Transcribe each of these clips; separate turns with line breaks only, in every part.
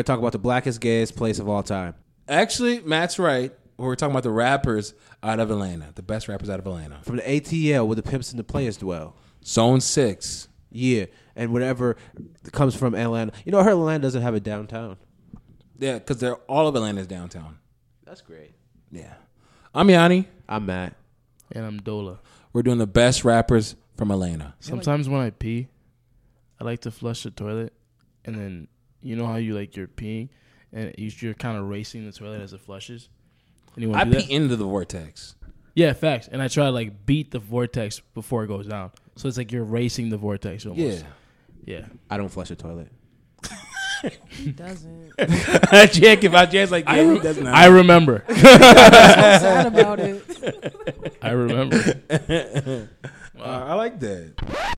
We're talking about the blackest, gayest place of all time.
Actually, Matt's right. We're talking about the rappers out of Atlanta, the best rappers out of Atlanta.
From the ATL where the pimps and the players dwell.
Zone Six.
Yeah. And whatever comes from Atlanta. You know, I heard Atlanta doesn't have a downtown.
Yeah, because they're all of Atlanta's downtown.
That's great.
Yeah. I'm Yanni.
I'm Matt.
And I'm Dola.
We're doing the best rappers from Atlanta.
Sometimes when I pee, I like to flush the toilet, and then you know how you like you're peeing, and you- you're kind of racing the toilet as it flushes. Anyone
I
do
pee
that?
into the vortex.
Yeah, facts. And I try to like beat the vortex before it goes down, so it's like you're racing the vortex almost. Yeah,
I don't flush a toilet.
He doesn't.
I check if I just like, yeah,
I,
he
re-
does not.
I remember.
That's sad about it.
I remember.
Uh, I like that.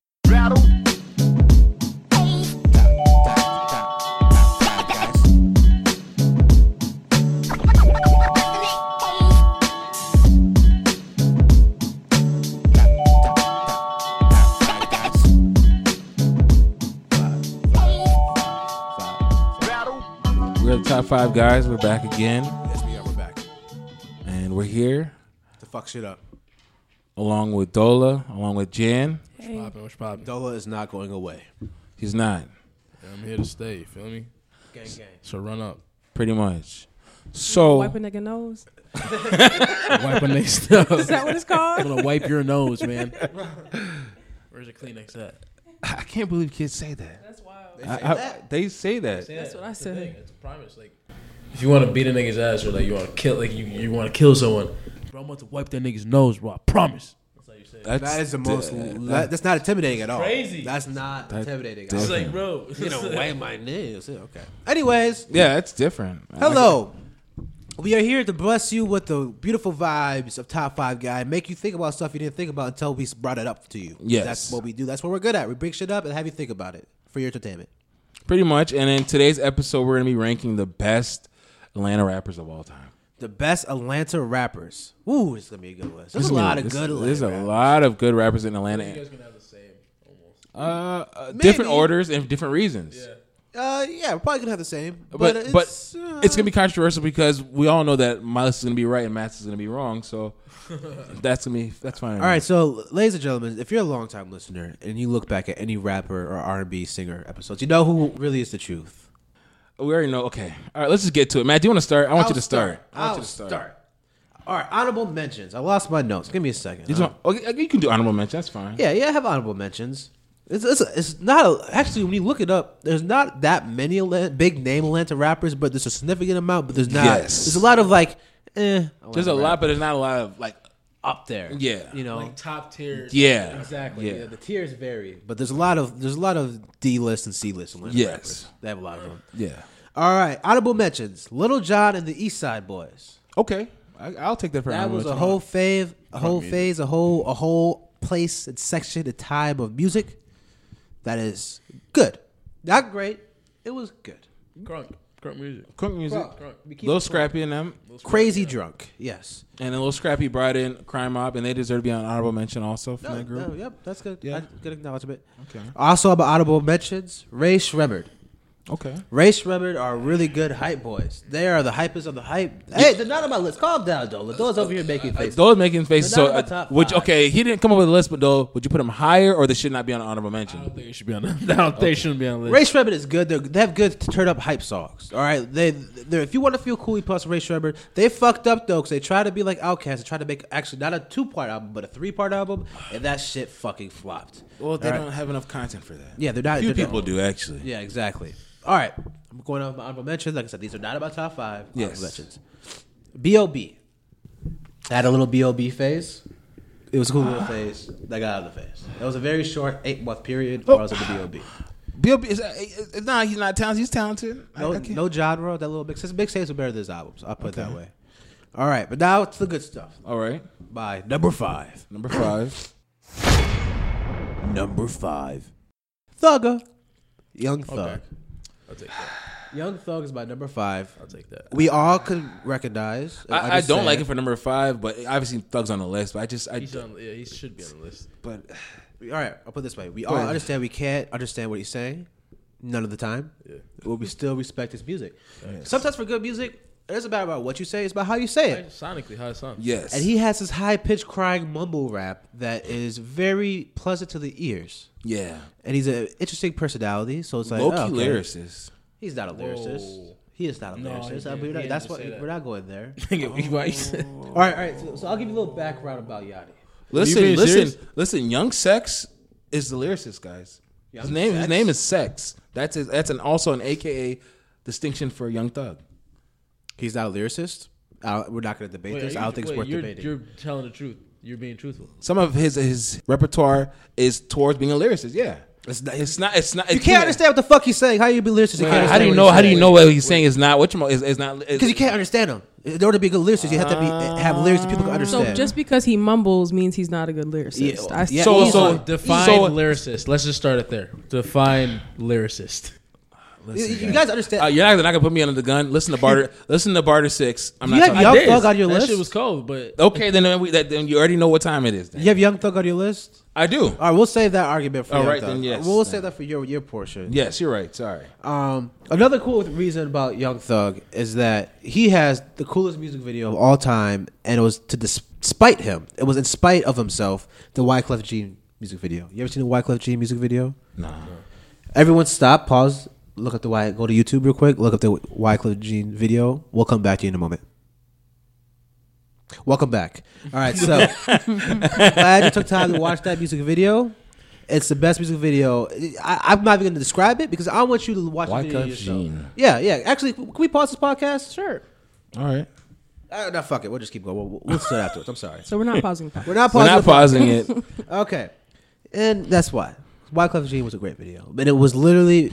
We're the top five guys. We're back again,
Yes, we are. We're back.
and we're here
To fuck shit up.
along with Dola, along with Jan.
popping, what's popping?
Dola is not going away.
He's not
I'm here to stay. You feel me?
Gang, gang.
So run up.
pretty much. So
Wipe a nigga nose.
Wipe a next up.
Is that what it's called?
I'm gonna wipe your nose, man. Where's the Kleenex at?
I can't believe kids say that.
That's wild.
I- I- They say that.
That's what I
the
said.
thing. It's a promise. Like, if you want to beat a nigga's ass or like you want to kill, like you, you want to kill someone, bro, I'm about to wipe that nigga's nose, bro. I promise. That's how you say. It.
That's,
That is the most.
that-
that- that's not intimidating at all.
Crazy.
That's not intimidating.
that-
at all.
It's like, bro,
You know, way my nails. Yeah, Okay. Anyways,
yeah, that's different. I like
hello. We are here to bless you with the beautiful vibes of Top Five Guy. Make you think about stuff you didn't think about until we brought it up to you.
Yes.
that's what we do. That's what we're good at. We bring shit up and have you think about it for your entertainment.
it. pretty much. And in today's episode, we're gonna be ranking the best Atlanta rappers of all time.
The best Atlanta rappers. Ooh, it's gonna be a good list. There's a lot of
There's-
good. Atlanta
There's a
rappers.
lot of good rappers in Atlanta.
gonna have the same. Almost.
Uh, uh, different orders and different reasons.
Uh, yeah, we're probably gonna have the same.
But
But,
but
it's, uh,
it's gonna be controversial because we all know that my list is gonna be right and Matt's is gonna be wrong. So that's gonna be that's fine.
All right, so ladies and gentlemen, if you're a longtime listener and you look back at any rapper or R&B singer episodes, you know who really is the truth.
we already know. Okay, all right, let's just get to it. Matt, do you want to start? I want you to start. I want
I'll
you to start.
All right, honorable mentions. I lost my notes. Give me a second.
You, just want- okay, you can do honorable mention. That's fine.
yeah, yeah, I have honorable mentions. It's, it's, it's not a, actually when you look it up. There's not that many Atlanta, big name Atlanta rappers, but there's a significant amount. But there's not.
Yes.
There's a lot of like, eh.
There's a lot, but there's not a lot of like.
up there.
Yeah.
you know,
top tier.
Yeah,
Exactly.
Yeah.
Yeah. the tiers vary, but there's a lot of there's a lot of D list and C list Atlanta
Yes.
rappers. They have a lot of them.
Yeah.
All right, honorable mentions: Little John and the East Side Boys.
Okay, I, I'll take that for
That
honorable
was a
mention.
whole phase, a whole phase, a whole a whole place and section and time of music. That is good, not great. It was good.
Crunk. Crunk music.
Quick music.
Crunk. We keep
Little
it
Scrappy and them,
Crazy drunk. Yes.
and then Little Scrappy brought in Crime Mob, and they deserve to be on honorable mention also from
No,
that group.
no, yep, that's good.
Yeah.
That's good acknowledgement.
Okay.
Also, about honorable mentions: Ray Shremmerd.
Okay.
Ray Shremmerd are really good hype boys. They are the hypest of the hype. Hey, they're not on my list. Calm down, though. Ladoa's over here making faces.
Those making faces.
They're
So,
not in my
uh,
top
which
five.
okay, he didn't come up with a list, but though, would you put him higher, or they should not be on honorable
I
mention?
don't think it should be on. I don't think it shouldn't be on the
Ray
list.
Shremmerd is good. They're, they have good turn up hype songs. All right, they they're, if you want to feel cool, you plus Ray Shremmerd. They fucked up though because they try to be like Outkast and try to make actually not a two part album but a three part album, and that shit fucking flopped.
Well, they don't have enough content for that.
Yeah, they're not.
Few
they're
people
not,
do actually.
Yeah, exactly. All right, I'm going off my honorable mentions. Like I said, these are not about top five. honorable
Yes.
mentions. B.O.B. I had a little B.O.B. phase. It was a cool little phase. I got out of the phase. That was a very short eight month period
Oh.
where I was in the B.O.B.
Bill is uh, is- is- nah, he's not talented. He's talented. I-
No,
I can't-
no genre. That little mix. His mixtapes are better than his albums. I'll put it that way. All right, but now it's the good stuff.
All right.
By number five.
Number five.
Number five. Thugger. Young Thug.
I'll take that.
Young Thug is my number five.
I'll take that.
We all could recognize.
I, I don't
understand.
like it for number five, but obviously Thug's on the list. But I just, I,
He's on. Yeah, he should be on the list.
but
All right, I'll put it this way. We all
ahead.
understand we can't understand what he's saying. none of the time.
Yeah.
But we still respect his music. Sometimes for good music, it isn't about about what you say; it's about how you say it.
Sonically, how it sounds.
Yes.
And he has this high pitched crying mumble rap that is very pleasant to the ears.
yeah.
And he's an interesting personality, so it's like
Low key
oh, okay.
lyricist.
He's not a lyricist.
Whoa.
He is not a
No, he
lyricist. I
didn't-
mean,
he didn't
that's
just
what
say that.
we're not going there.
Nigga,
All right, all right. So, so I'll give you a little background about Yachty.
Listen,
being
listen,
serious?
listen. Young Sex is the lyricist, guys. his
Young
name, his
Sex?
name is Sex. That's his, that's an also an AKA distinction for Young Thug.
He's not a lyricist. Uh, we're not going to debate this. I don't think it's worth
you're,
debating.
You're telling the truth. You're being truthful.
Some of his his repertoire is towards being a lyricist. Yeah, it's not. It's not. It's not
you can't understand what the fuck he's saying. How you be lyricist? You can't
How do you know? How do you know what he's saying is not what you? Is, is not
Because you can't understand him. In order to be a good lyricist, you have to be have lyrics that people can
So
understand.
just because he mumbles means he's not a good lyricist.
Yeah,
I
yeah,
So-
so,
so-
define
so-
lyricist. Let's just start it there. Define lyricist.
you, you guys understand?
Uh, you're not, they're not gonna put me under the gun. Listen to barter. listen to barter six. I'm
You
not.
have
talking-
Young
I did.
Thug on your
that
list?
shit was cold, but
okay, then uh, we, that, then you already know what time it is. Then.
you have Young Thug on your list.
I do.
All right, we'll save that argument for.
All
Young
right,
Thug.
then, yes.
We'll save that for your your portion.
Yes, you're right. Sorry.
Um, another cool reason about Young Thug is that he has the coolest music video of all time, and it was to dis- despite him. It was in spite of himself. The Wyclef Jean music video. You ever seen the Wyclef Jean music video?
Nah.
Everyone, stop, pause, look up the Y. Go to YouTube real quick. Look up the Wyclef Jean video. We'll come back to you in a moment. Welcome back. All right, so glad you took time to watch that music video. It's the best music video. I, I'm not even going to describe it because I want you to watch the video
Wyclef
yourself.
Jean.
Yeah, yeah. Actually, can we pause this podcast?
sure.
All right.
Uh, no, fuck it. We'll just keep going. We'll, we'll sit afterwards. I'm sorry.
So we're not pausing. the
We're not
podcast.
We're
pausing.
not
the-
pausing it.
Okay, and that's why Wyclef Jean was a great video, and it was literally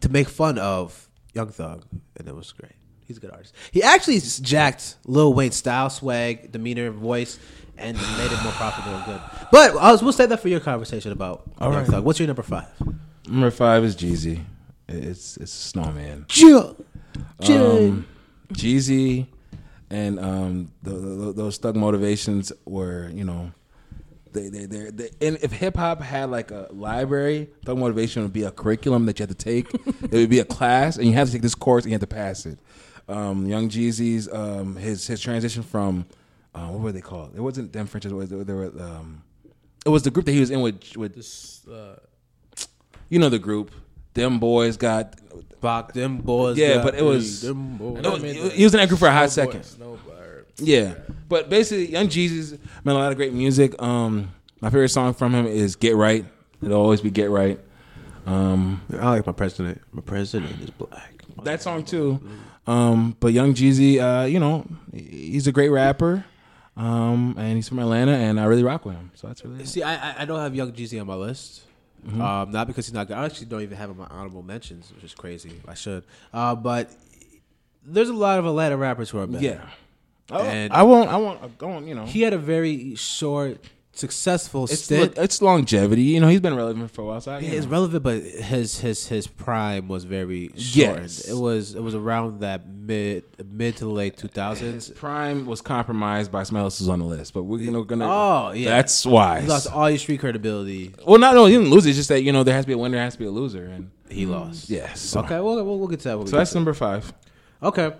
to make fun of Young Thug, and it was great. He's a good artist. He actually s- jacked Lil Wayne's style, swag, demeanor, voice, and made it more profitable and good. But I was, we'll say that for your conversation about Young Thug. What's your number five?
Number five is Jeezy. It's it's Snowman.
Jill.
Um, Jeezy and um, the, the, those thug motivations were, you know, they they they. they and if hip hop had like a library, thug motivation would be a curriculum that you had to take. it would be a class, and you have to take this course, and you have to pass it. Um, Young Jeezy's um, his his transition from uh, what were they called? It wasn't them French. It was there were um, it was the group that he was in with with
this, uh,
you know the group. Them boys got
Fuck them boys.
Yeah,
got
but it was-
me, them boys.
No, he was in that group for a hot second. Yeah, but basically, Young Jeezy's made a lot of great music. Um, my favorite song from him is "Get Right." It'll always be "Get Right." Um,
I like my president. My president is black.
that song too. Um, but Young Jeezy, uh, you know, he's a great rapper, um, and he's from Atlanta, and I really rock with him. So that's really
See, I I- I don't have Young Jeezy on my list. Um, not because he's not good. I actually don't even have him on my honorable mentions, which is crazy. I should. Uh, but there's a lot of Atlanta rappers who are better.
yeah. I won't,
And-
Oh, I won't. I won't. I won't. You know,
He had a very short, successful
it's
stint.
look, it's longevity. You know, he's been relevant for a while. So I, you
it's
know.
relevant, but his his his prime was very short.
Yes.
It was it was around that mid mid to late 2000s.
His prime was compromised by someone else who's on the list, but we're you know, gonna.
Oh, yeah.
that's why.
He lost all his street credibility.
Well, not no, he didn't lose. It's just that you know there has to be a winner, there has to be a loser, and
He lost.
yes. So,
Okay, we'll, we'll, we'll get to that. When we
so
get
that's number five.
Okay.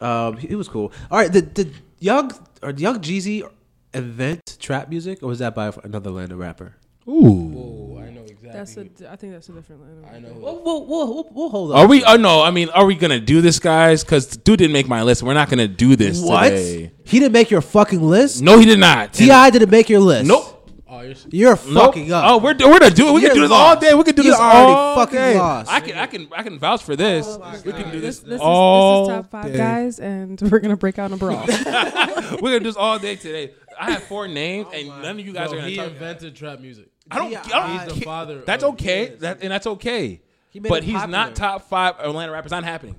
Um, he, he was cool. All right. Did, did Young or Young Jeezy invent trap music, or was that by another Atlanta rapper?
Ooh.
Oh, I know exactly.
That's a. I think that's a different. Line.
I know.
We'll, we'll, we'll, we'll, we'll hold
Are we? Oh no! I mean, are we gonna do this, guys? Because dude didn't make my list. We're not gonna do this
What?
today.
He didn't make your fucking list.
No, he did not.
Ti didn't make your list.
Nope.
Oh, you're, s-
You're
Nope.
fucking up.
Oh, we're we're gonna do it. We
You're
can do this
lost.
all day. We can do
You're
this
already
all
fucking
day.
lost.
I can I can I can vouch for this. we can do
This,
this.
this, is,
all
this is top five
day.
guys, and we're gonna break out in a brawl.
We're gonna do this all day today. I have four names, and none of you guys
no,
are gonna
he
talk.
invented trap music.
I don't.
He's
I
the
don't care.
father
That's
of-
okay. That and that's okay.
He made
but
it
he's
popular.
not top five Atlanta rappers. Not happening.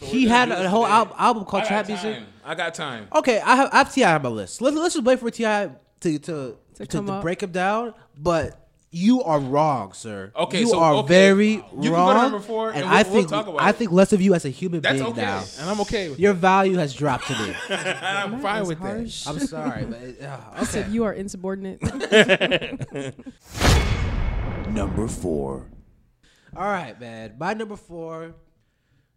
he had a whole al- album called
I
Trap
got
Music.
time. I got time.
Okay, I have I have Ti on my list. Let's let's just wait for Ti to to to, to,
come up.
break him down. But you are wrong, sir.
Okay,
you
so,
are
okay.
very
You can go to
wrong.
number four,
and,
and
I
we'll- we'll
think
talk about
I
it.
think less of you as a human
That's
being
okay,
now.
and I'm okay with
Your value has dropped to me.
that. And I'm fine
is
with that.
harsh.
I'm sorry, but it, uh,
I said you are insubordinate.
number four. All right, man. My number four.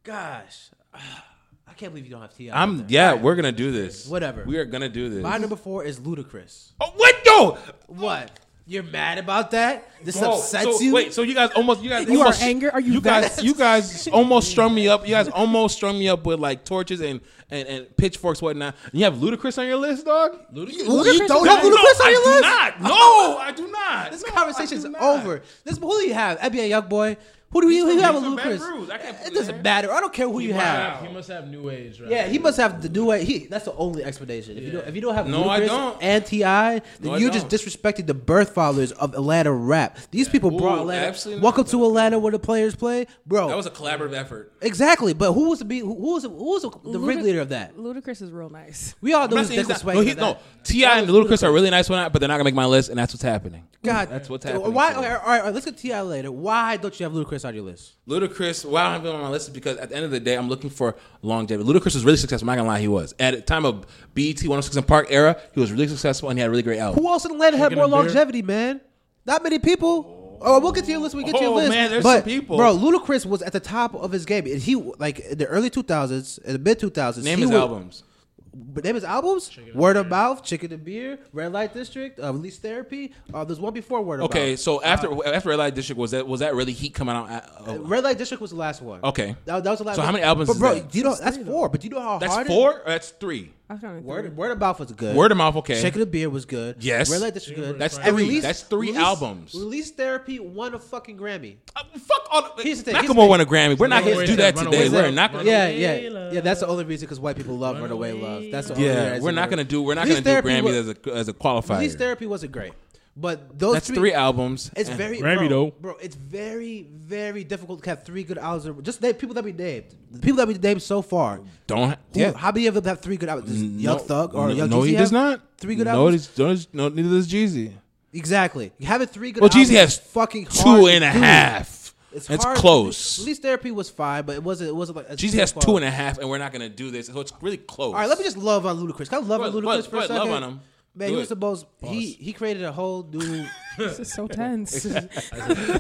Gosh, I can't believe you don't have Ti. up
I'm
there.
yeah, we're gonna do this.
Whatever.
We are gonna do this.
My number four is Ludacris.
oh, what yo?
What? You're mad about that? This
Bro,
upsets
oh, so,
you?
Wait, so you guys almost you guys
You are
almost-
anger? Are you
guys
vexed?
you guys almost strung me up. You guys almost strung me up with like torches and and, and pitchforks whatnot. And you have Ludacris on your list, dog? Ludacris?
Ludacris
you don't
is not-
have Ludacris
no,
on your list?
I do not. No, I do not.
This
No, I
conversation's
do not.
over. This who do you have? NBA young boy. Who do you, who
from-
you have
he's
with
from Baton Rouge. I can't
Ludacris? It
believe
doesn't
that.
matter. I don't care who you have.
Wow.
He must have new age, right?
Yeah, he must have the new way. He that's the only explanation. If you don't, if you don't have
No, I
Ludacris
don't.
and Ti, then
No, I
you're just
don't.
disrespecting the birth fathers of Atlanta rap. These people brought
Ooh,
Atlanta.
absolutely
Welcome to Atlanta, where the players play, bro.
That was a collaborative effort.
exactly. But who was the be- who was the, who was the, the
Ludac-
ringleader of that?
Ludacris is real nice.
We all
I'm
know who's
not saying he's
Dick
not,
Sway.
no, he's, no. Ti and Ludacris are really nice one, but they're not gonna make my list, and that's what's happening.
God,
That's what's happening.
Why? All right, all right, all right, let's get Ti later. Why don't you have Ludacris on your list?
Ludacris, why I don't have him on my list is because at the end of the day, I'm looking for longevity. Ludacris was really successful. I'm not gonna lie, he was at the time of BET 106 and Park era. He was really successful and he had really great albums.
Who else in Atlanta had
Drinking
more
a beer?
longevity, man? Not many people. Oh, we'll get to your list. when We get to your
Oh,
list.
man, there's
but,
some people.
Bro, Ludacris was at the top of his game. And he like in the early 2000s, in the mid 2000s.
Name
he
his
would-
albums.
But name his albums. Word of Mouth, Chicken and Beer, Red Light District, uh, Release Therapy. Uh, there's one before Word of
Okay,
Mouth.
so after after Red Light District was that was that really heat coming out? at- oh,
Red Light District was the last one.
Okay.
that, that was the last.
So
one.
how many albums
But
is
bro,
that?
do you know that's four? But do you know how
that's
hard? it-
four. Or that's three.
I found it.
Word, word of mouth was good.
Word of mouth. Okay,
Chicken and Beer was good.
Yes.
Red Light District was good.
That's
And
three. That's three albums.
Release Therapy won a fucking Grammy.
Uh, fuck all.
Here's the thing, here's the
Macklemore
thing.
won a Grammy. We're not gonna
Runaway
do that
Love, Runaway
today. We're
Love.
not gonna.
Yeah,
Runaway
yeah, yeah. That's the only reason because white people love Runaway,
Runaway
Love. That's the only
Yeah,
reason
we're not gonna do. We're not
Release
gonna do
Therapy
Grammy
was-
as a as a qualifier.
Release Therapy wasn't great, but those
That's
three,
three albums.
It's
Eh.
very bro,
Grammy, though.
bro. It's very very difficult to have three good albums. in- Just name, people that we named, the people that we named so far.
don't.
Who, How many of them have three good albums? Does Young Thug or
no,
Young
no,
Jeezy
he
have
does not.
Three good
no,
albums.
does- No, does- no, neither does Jeezy.
Exactly. Having three good.
Well, Jeezy
albums
has
is fucking
two
hard
and a
to do.
half. It's,
hard to do.
close.
Release Therapy was fine, but it wasn't. It wasn't like
Jeezy has two and a half, and we're not gonna do this. So it's really close.
All right, let me just love on Ludacris. Can I love on
Go ahead,
Ludacris for
go
a
ahead, love
second?
on him.
Man,
Do
he
it.
was the most. He he created a whole new.
This is so tense.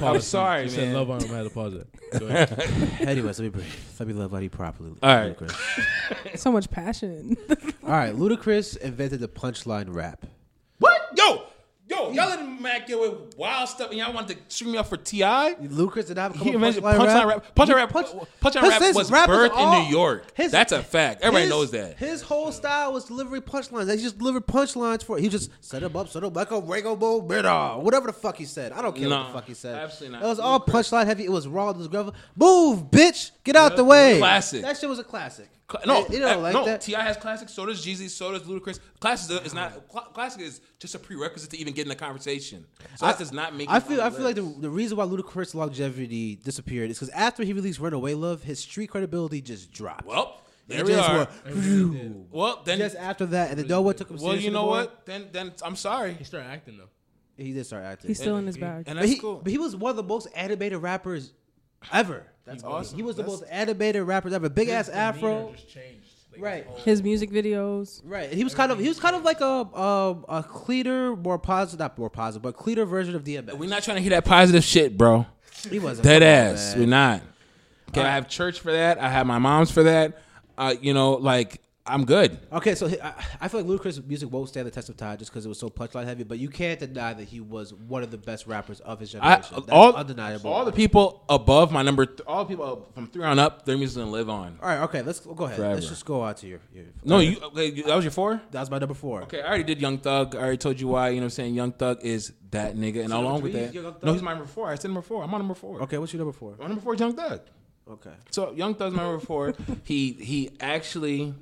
I'm sorry,
He said
man.
love on him. I had to pause it. Go ahead.
Anyways, let me breathe. Let me love on you properly.
All right.
Ludacris.
so much passion.
All right, Ludacris invented the punchline rap.
What? Yo, yo, y'all letting Mac get away with wild stuff, and y'all want to string me up for Ti?
Ludacris did not have a
He
couple
invented
punchline,
punchline
rap.
rap. Punchline
He
rap.
punch-
Punchline
His-
rap
his
was
was
birthed in
all-
New York. That's a fact. Everybody
his-
knows that.
His whole style was delivery punchlines. He just delivered punchlines for. He just set him up, set him like a Rango Bowl bitter. Whatever the fuck he said. I don't care what
Nah,
the fuck he said.
absolutely not.
It was all punchline heavy. It was raw. It was gravel. Move, bitch. Get out the way.
Classic.
That shit was a classic.
Cla- No,
you don't
uh,
like
no.
that.
Ti has classic. So does Jeezy. So does Ludacris. Classic is- is not. cla classic is just a prerequisite to even get in the conversation. So that does not make.
I
it
feel.
on
I
the
feel like
list.
the, the reason why Ludacris' longevity disappeared is because after he released "Runaway Love," his street credibility just dropped.
Well,
It
there we
just
are.
went,
Well, then.
just after that, and then no one took him.
well,
seriously
you know
anymore.
what? Then, then I'm sorry.
he started acting though.
He did start acting.
He's still in his
And
bag.
but
that's
he,
cool.
but he was one of the most animated rappers ever. That's
awesome.
He was the
That's-
most animated rappers ever. Big ass afro.
just changed.
Right.
His music videos.
Right,
Oh.
and he was kind of he was kind of like a um, a cleaner, more positive, not more positive, but cleaner version of DMX.
We're not trying to hear that positive shit, bro.
he wasn't
Dead
Come on,
ass.
man.
We're not. Okay, I have church for that. I have my mom's for that. Uh, you know, like I'm good.
Okay, so he- I, I feel like Ludacris' music won't stand the test of time just because it was so punchline heavy. But you can't deny that he was one of the best rappers of his
I, uh,
generation. That's
all
undeniable.
All the people above my number, th- all the people from three on up, their music's gonna live on.
All right, okay, let's go ahead.
Forever.
Let's just go on to your. your
No, you. Okay, you- that was your four.
that was my number four.
Okay, I already did Young Thug. I already told you why. You know what I'm saying? Young Thug is that nigga, and
number
along with
three
that,
is Young Thug?
no, he's my number four. I said number four. I'm on number four.
okay, what's your number four?
my number four is Young Thug.
Okay,
So Young Thug's my number four. he he actually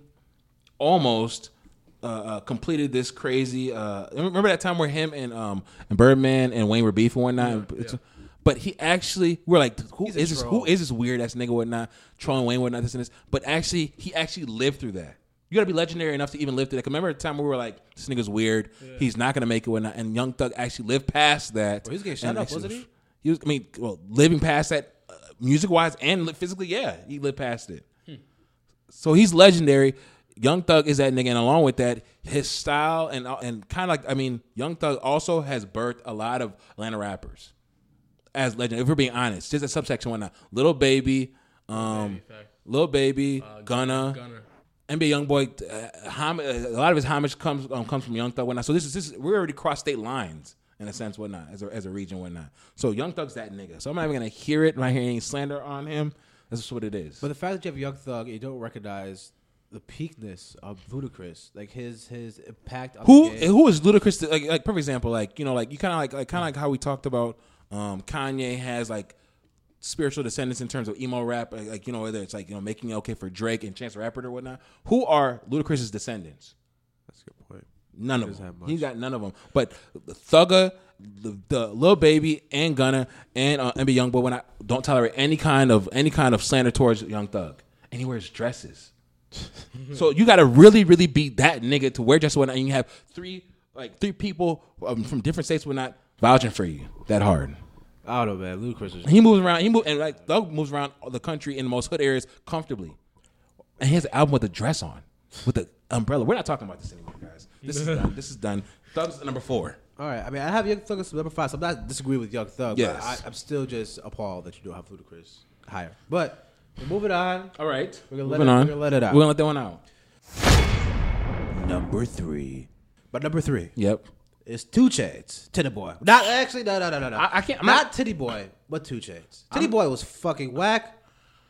almost uh, uh, completed this crazy. Uh, remember that time where him and um and Birdman and Wayne were beefing and whatnot. It's- But he actually, we're like, who is
a
this? Who
troll.
is this weird ass nigga whatnot trolling Wayne whatnot this and this? But actually, he actually lived through that. You gotta be legendary enough to even live through that. 'Cause Remember the time where we were like, this nigga's weird. He's not gonna make it whatnot. And Young Thug actually lived past that.
Well, he was getting shot
and
up,
actually-
wasn't he?
he was, I mean, well, living past that, uh, music wise and li- physically, yeah, he lived past it. So he's legendary. Young Thug is that nigga, and along with that, his style and and kind of like I mean, Young Thug also has birthed a lot of Atlanta rappers. as legend. If we're being honest, just a subsection whatnot. Little baby, um, little baby, Gunna,
Gunner.
NBA YoungBoy. Uh, hom- uh, a lot of his homage comes um, comes from Young Thug whatnot. So this is this is, we already crossed state lines in a sense whatnot as a, as a region whatnot. So Young Thug's that nigga. So I'm not even gonna hear it. I'm not hearing any slander on him. That's just what it is.
But the fact that you have Young Thug, and you don't recognize the peakness of Ludacris, like his his impact. On
who
the game.
who is ludicrous to, like like perfect example like you know like you kind of like like kind of like how we talked about um Kanye has like spiritual descendants in terms of emo rap like, like, you know whether it's like you know making it okay for Drake and Chance the Rapper or whatnot who are Ludacris's descendants
That's a good point.
none of
Doesn't
them
have
he
much.
got none of them but Thugger the, the little baby and Gunna and uh, NBA YoungBoy when I don't tolerate any kind of any kind of slander towards Young Thug and he wears dresses so you gotta really, really be that nigga to wear just one, and you have three, like three people um, from different states were not vouching for you that hard.
I don't know, man. Ludacris is
And he moves around, he move, and like Thug moves around the country in the most hood areas comfortably. And he has an album with a dress on, with an umbrella. We're not talking about this anymore, guys. This is done. This is done. Thug's number four.
all right. I mean, I have Young Thug as number five, so I'm not disagreeing with Young Thug.
Yes.
but I, I'm still just appalled that you don't have Ludacris higher. But we're moving on.
All right,
We're gonna let it- we're gonna let it out.
We're gonna let that one out.
Number three. But number three
Yep.
is Two Chains, Titty Boy. Not actually, no, no, no, no, no.
I- I can't- I'm
not,
not-
Titty Boy, but Two Chains. Titty Boy was fucking whack.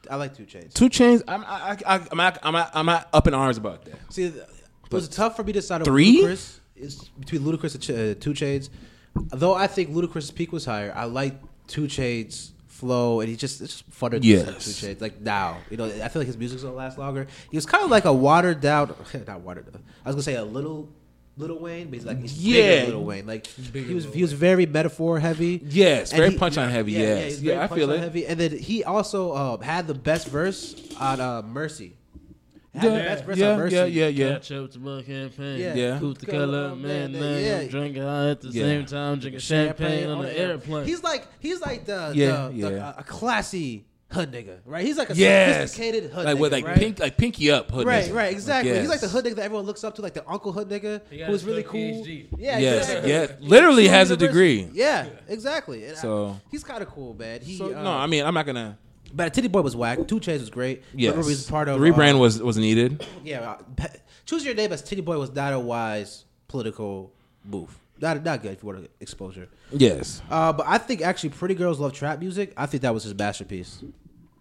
I like Two Chains.
Two Chains. I'm, I, I, I'm, not, I'm, not, I'm not up in arms about that.
See, th- it was tough for me to decide
Three?
Over Ludacris. It's between Ludacris and Ch- uh, Two Chains. Though I think Ludacris' peak was higher. I like Two Chains flow, and he just it's just funner. to listen to
Yes.
Two Chains. Like now, you know, I feel like his music's gonna last longer. He was kind of like a watered down, not watered. down. I was gonna say a little. Little Wayne, but he's like he's
Yeah.
bigger Little Wayne. Like he was, he was very metaphor heavy.
Yes,
And
very
he-
punch on heavy. yes.
he's
Yeah,
very
I feel
punchline
it.
Heavy. And then he also um, had the best verse on uh, Mercy. Had the best verse on Mercy.
yeah, yeah, yeah.
Catch up to my campaign.
Yeah.
Yeah.
Coop the color, man, man.
Yeah.
I'm drinking high at the
Yeah.
same time, drinking champagne on the airplane.
He's like he's like the
Yeah,
the, the-
yeah.
a- a classy hood nigga, right? He's like a
Yes.
sophisticated hood
like
nigga,
with like
right?
pink, like pinky up hood.
Right,
nigga.
right, exactly.
Like,
He's like the
yes.
hood nigga that everyone looks up to, like the uncle hood nigga
got
who's
his
really
hood
cool.
PhD.
Yeah,
Yes,
exactly.
yes. Literally
True
has a
university.
degree.
Yeah, exactly. And I-
So-
he's kind of cool, man. He,
So,
uh,
no, I mean I'm not gonna.
but Titty Boy was whack. Two Chains was great.
Yes,
Remember, he was part of
the rebrand was was needed.
uh, yeah, uh, pe- choose your name as Titty Boy was not a wise political move. Not not good if you want exposure.
Yes,
Uh, but I think actually, Pretty Girls Love Trap Music. I think that was his masterpiece.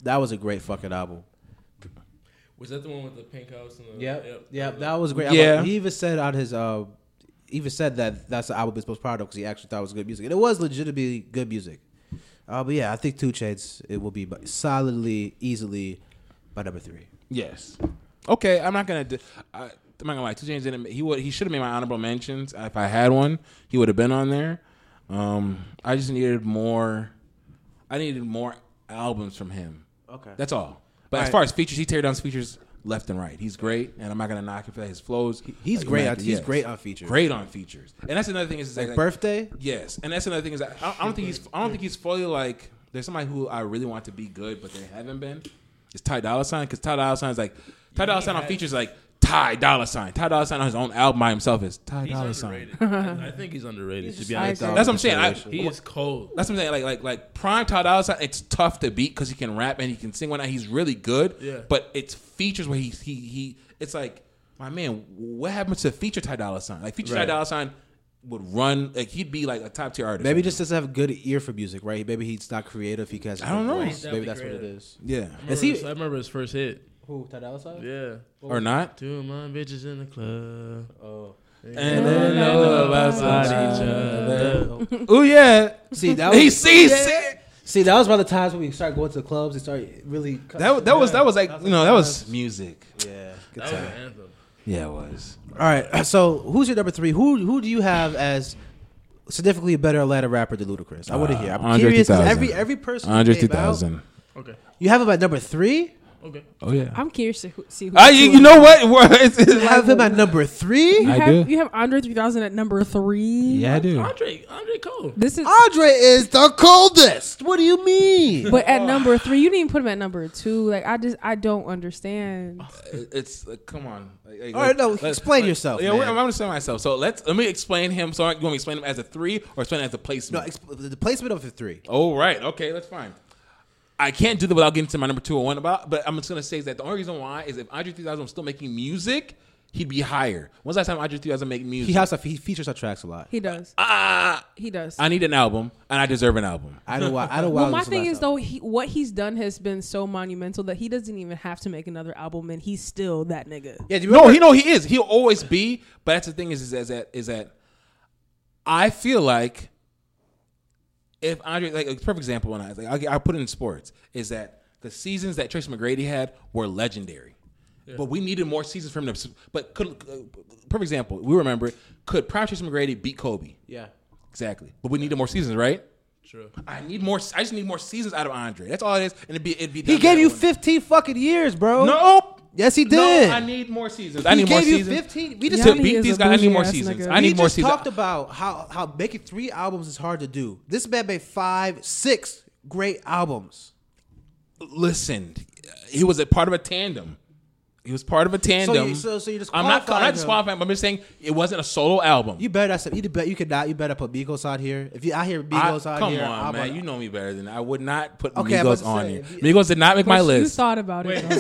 That was a great fucking album.
was that the one with the pink house? And the,
That was a great.
Yeah.
Album. He even said on his, uh, he even said that that's the album he's most proud of because he actually thought it was good music, and it was legitimately good music. Uh, but yeah, I think Two Chains it will be bu- solidly, easily, by number three.
yes. Okay, I'm not gonna. d I, I'm not gonna lie. Two James didn't. He would. He should have made my honorable mentions. If I had one, he would have been on there. Um, I just needed more. I needed more albums from him.
Okay.
That's all. But as
Alright.
far as features, he tear down features left and right. He's great, and I'm not gonna knock him for that. His flows.
He's
like,
great.
immaculate.
On, he's
Yes.
great on features.
Great on features, and that's another thing is like,
Like birthday.
Yes, and that's another thing is I, I don't think he's I don't think he's fully like there's somebody who I really want to be good but they haven't been. It's Ty Dolla Sign because Ty Dolla Sign is like Ty Dolla Sign on features like Ty Dolla Sign. Ty Dolla Sign on his own album by himself is Ty Dolla Sign.
I think he's underrated. to be
I
honest,
agree.
That's what I'm saying. I,
he is cold.
that's what I'm saying. Like like like prime Ty Dolla Sign. It's tough to beat because he can rap and he can sing. When he's really good,
Yeah.
But it's features where he he he. It's like my man. What happens to feature Ty Dolla Sign? Like feature Ty
Right.
Dolla Sign would run like he'd be like a top tier artist.
Maybe he just doesn't have a good ear for music, right? Maybe he's not creative. He has. I
don't know.
He's
Maybe
definitely
that's what it
creative.
is.
yeah.
I
Is he-
remember his- I remember his first hit.
Who? Ty Dolla Sign?
Yeah.
Or not?
Two of my bitches in the club.
Oh.
And
they know
about each other.
Oh yeah,
See that
he
was,
sees
Oh, Yeah.
it.
see that was one of the times when we started going to the clubs and started really
That wa- that was that was like you know that was music.
yeah good
That was an
time.
anthem.
Yeah, it was.
All right, so who's your number three? Who who do you have as significantly a better Atlanta rapper than Ludacris? I want to hear. I'm
Uh, Andre
curious 'cause
3000.
every every person who
Andre
came
two
out,
thousand.
Okay.
you have him at number three.
Okay.
Oh yeah.
I'm curious to who, see who.
I, you, you know what? It's- it's like-
Have him at number three.
You
I
have
do.
you have Andre 3000 at number three.
yeah, I do.
Andre, Andre Cole.
This is.
Andre is the coldest. What do you mean?
But at number three, you didn't even put him at number two. Like I just, I don't understand.
It's like, come on. Like, like,
All right, no,
let's-
explain yourself,
Yeah,
man.
wait, I'm understanding myself. So let's let me explain him. So you want me to explain him as a three or explain him as a
No,
placement?
exp- the placement of the three.
Oh, right. Okay, that's fine. I can't do that without getting to my number two or one about, but I'm just gonna say that the only reason why is if Andre 3000 was still making music, he'd be higher. When's the last time Andre 3000 made music?
He has a, he features our tracks a lot.
He does.
ah,
He does.
I need an album, and I deserve an album.
I don't. wa- I don't.
well,
wow
my
this
thing
last
is
album.
though, he, what he's done has been so monumental that he doesn't even have to make another album, and he's still that nigga.
Yeah, do you
No,
remember-
he know he is. He'll always be. But that's the thing is, is, that- is that is that I feel like if Andre, like a perfect example, when I like I'll, I'll put it in sports, is that the seasons that Tracy McGrady had were legendary. But we needed more seasons from them. But could uh, perfect example, we remember it. Could Prime Tracy McGrady beat Kobe?
Yeah.
Exactly. But we needed more seasons, right?
True.
I need more. I just need more seasons out of Andre. That's all it is. And it'd be it'd be.
He
done
gave
that
you
one.
15 fucking years, bro.
No.
Yes, he did.
No, I need more seasons. I
He
need more
gave you
seasons.
15 we just-
to
Yanni
beat
is
these
a
guys. I need more
bougie-ass
seasons.
nigga.
I
we
need more
just
seasons.
talked about how how making three albums is hard to do. This man made five, six great albums.
Listen, he was a part of a tandem. He was part of a tandem.
so- so you're just
I'm not. I'm
qualifying
not
him.
disqualifying. But I'm just saying it wasn't a solo album.
You better you bet you could not you better put Migos out here. If you I hear
I-
Migos out
come
here,
on,
I'm
man.
on-
You know me better than that. I would not put
Okay, I was
Migos
about to
on
say,
here.
if you-
Migos did not make my
But You
list.
thought about it. though.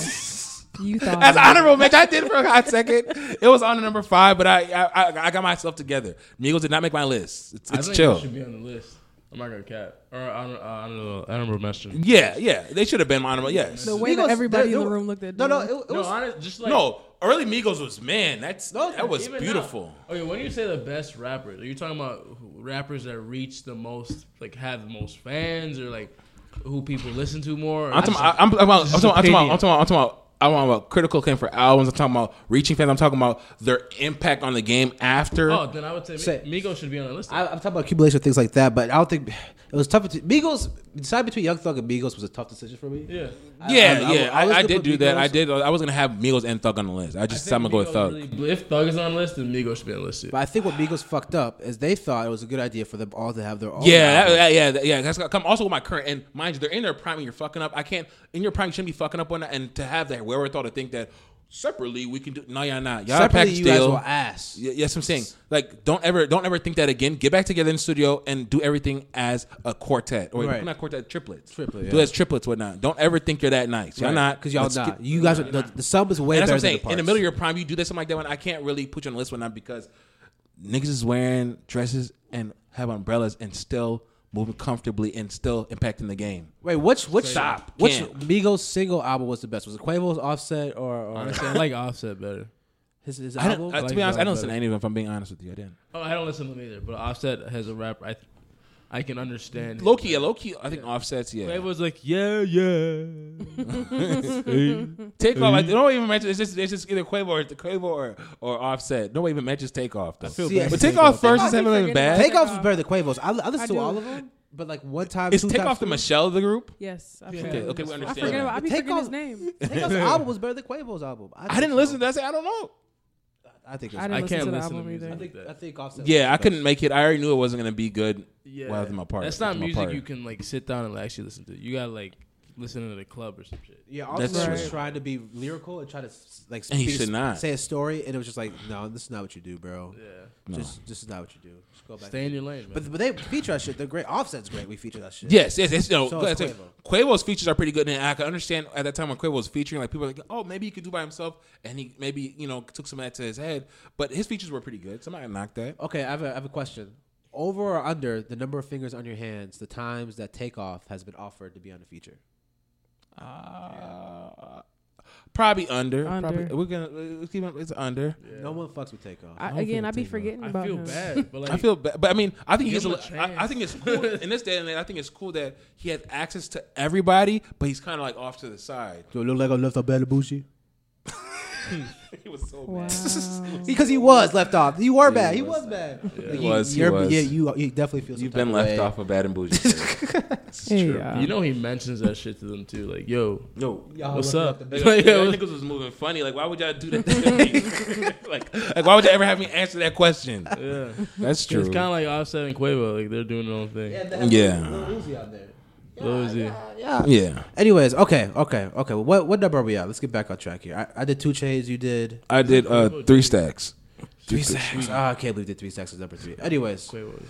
you thought.
That's
about it.
honorable, man. I did for a hot second. It was on to number five, but I I, I I got myself together. Migos did not make my list. It's,
I
it's
think
chill.
He should be on the list. I'm not gonna cap. Or I don't. I don't know. I don't remember mentioning.
Yeah, yeah. They should have been honorable. Yes.
The way
Migos-
that everybody
there-
in the
there-
room looked at.
No, no, it,
Dilla.
it was
honest, just like
no, early Migos was man. That's that was
uh,
Even
beautiful.
now- okay, when you say the best rappers, are you talking about who- rappers that reach the most, like have the most fans, or like who people listen to more? or
I'm talking.
just-
I'm, I'm, talking about- I'm,
just
talking about- I'm talking about.
opinion.
I'm talking about. I'm talking about. I'm talking about critical acclaim for albums. I'm talking about reaching fans. I'm talking about their impact on the game after.
oh, then I would say,
Say-
Mi- Migos should be on the list.
I, I'm talking about accumulation of things like that, but I don't think it was tough. To, Migos decide between Young Thug and Migos was a tough decision for me.
yeah,
yeah,
I- I-
yeah.
I
I,
was
I,
gonna
did
put
do that.
Migos-
I did. I was gonna have Migos and Thug on the list. I just decided I'm gonna go with Thug.
Migos really- if Thug is on the list, then Migos should be on the list. Too.
But I think what Migos fucked up is they thought it was a good idea for them all to have their own.
yeah,
album.
that, that- yeah, that- yeah. That's gonna come also with my current and mind you, they're in their prime. and You're fucking up. I can't in your prime. You shouldn't be fucking up on that. And to have that wherewithal to think that separately we can do. No, yeah, nah. Y'all
separately
package
you guys
deal.
were ass.
Y- Yes, I'm saying like don't ever don't ever think that again. Get back together in the studio and do everything as a quartet or
Right.
not quartet triplets.
Triplet, yeah.
Do as triplets whatnot. Don't ever think you're that nice. Y'all all not
because y'all
Let's
not.
get-
you guys, are, the, the sub is way
and that's
better
what I'm
than the
saying. in the
parts.
middle of your prime, you do this something like that. When I can't really put you on the list when I'm because niggas is wearing dresses and have umbrellas and still moving comfortably and still impacting the game.
Wait, which which
Stop.
Which
Can't.
Migos single album was the best? Was it Quavo's Offset or, or
Honestly, I like Offset better.
his, his
I don't,
album?
uh, to
like
be honest,
that
I don't listen
better.
to any of them. If I'm being honest with you, I didn't.
Oh, I don't listen to him either. But Offset has a rap. I, I can understand.
Low key, yeah, low key. I think offsets. Yeah,
Quavo was like, yeah, yeah. Hey.
Takeoff,
Mm-hmm.
like, they don't even mention. It's just, it's just either Quavo or Quavo or, or Offset. Nobody even mentions Takeoff. Though.
feel
See, bad.
but
Takeoff-
Takeoff first
Takeoff
is haven't
is
been bad.
forgetting
Takeoff is better than Quavo's. I, I listen
do.
to all of them, but like one time
Is
two
Takeoff the
times-
Michelle of the group?
Yes. I
Okay,
forgot.
okay, we
I
understand.
forget about. I be
Take
forgetting his
off-
name.
Takeoff's album was better than Quavo's album.
I didn't listen. to that. I said, I don't know.
that. I think. It's,
I didn't
I
listen
can't
to the
listen to
album
music.
I
either.
didn't-
think. I think Offset.
Yeah, I
was the
couldn't make it. I already knew it wasn't gonna be good.
Yeah,
While I was in my part.
That's not
With my
music
part.
you can like sit down and actually listen to. You gotta like listen to the club or some shit.
Yeah,
That's
Offset was
true.
trying to be lyrical and try to s- like
And he
speak-
should not.
say a story, and it was just like, no, this is not what you do, bro.
Yeah,
No.
Just, this is not what you do. Just go back.
stay in your lane. Man.
But but they feature that shit. They're great. Offset's great. We feature that shit.
Yes, yes, yes. You know,
So
that's
is
it. Quavo's features are pretty good, and I can understand at that time when Quavo was featuring, like people were like, oh, maybe he could do by himself, and he maybe you know took some of that to his head, but his features were pretty good. So I'm not gonna knock that.
Okay, I have a, I have a question. Over or under the number of fingers on your hands, the times that Takeoff has been offered to be on the feature.
Uh, probably under.
Under.
Probably, we're gonna uh, keep it. It's under.
No one fucks with Takeoff.
I,
don't
again,
think
I be
Takeoff.
forgetting
I
about
feel
him.
bad. But like,
I feel bad, but I mean, I think
Give
he's. A,
him a
I, I
chance.
think it's cool in this day and age. I think it's cool that he has access to everybody, but he's kind of like off to the side.
Do it look like I left a bad bougie?
he was so
Wow.
bad.
Because he was left off. You were bad. He
was
was bad. Like,
He
you-
was, he
you're-
was.
Yeah, you, you definitely feel. some
You've
type
been
of
left
way.
off of bad and bougie. Shit. It's
Hey,
true.
uh,
You know he mentions that shit to them too. Like, yo,
No,
Y'all
What's
left
up?
off the-
Like,
Like,
yeah,
yo,
niggas was moving funny. Like, why would y'all do that? to me? like,
like why would you ever have me answer that question?
yeah.
That's
It's kind of like Offset and Quavo. Like they're doing their own thing.
Yeah.
Yeah.
that-
Yeah.
Lil Uzi out there.
Yeah,
Anyways, okay, okay, okay. Well, what what number are we at? Let's get back on track here. I, I did two chains. You did
I did uh, three stacks.
three sacks. Ah, I can't believe that three sacks is number three. Anyways,
Quavo.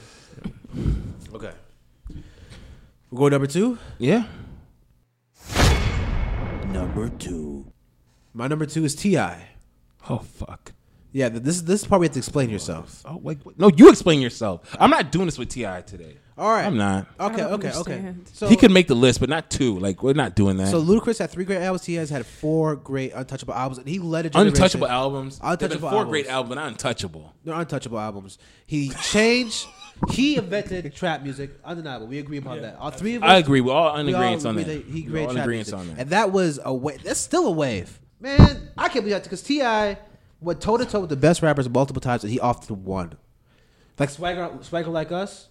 okay. We're going number two.
Yeah,
Number two. My number two is Ti.
Oh fuck.
Yeah, th- this is this is part we have to explain yourself.
Oh wait, wait. No, you explain yourself. I'm not doing this with Ti today.
All right.
I'm not.
Okay,
I don't
okay, okay.
understand.
So,
he could make the list, but not two. Like we're not doing that.
so Ludacris had three great albums. He has had four great untouchable albums. and He led a generation.
untouchable albums. There've been
Untouchable
four
albums.
great albums, but not untouchable.
They're untouchable albums. He changed. he invented trap music. Undeniable. We agree upon that. All three of us.
I agree. We're all in
we all
agreement on
agree
that.
He
We're
great
all in
trap
agreement
music.
on that.
And that was a wave. That's still a wave, man. I can't believe that because Ti went toe to toe with the best rappers multiple times, and he often won. Like Swagger, Swagger like us.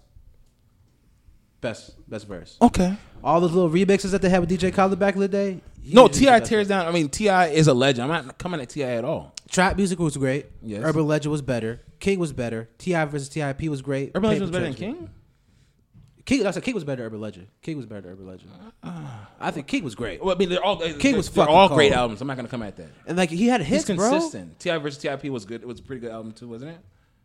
Best, best verse.
Okay.
All those little remixes that they had with DJ Khaled back in the day. he
No,
is the
Ti
best
tears down. I mean, Ti is a legend. I'm not coming at Ti at all.
Trap music was great.
Yes.
Urban Legend was better. King was better. Ti versus Tip was great.
Urban Legend was
Paper
better than
Trails
King.
was- King, I said King was better. than Urban Legend. King was better. than Urban Legend.
Uh,
I think King was great.
Well, I mean, they're all
King
they're-
was
they're
fucking
all great
cold.
albums. I'm not gonna come at that.
And like he had hits,
It's
bro.
consistent. Ti versus Tip was good. It was a pretty good album too, wasn't it?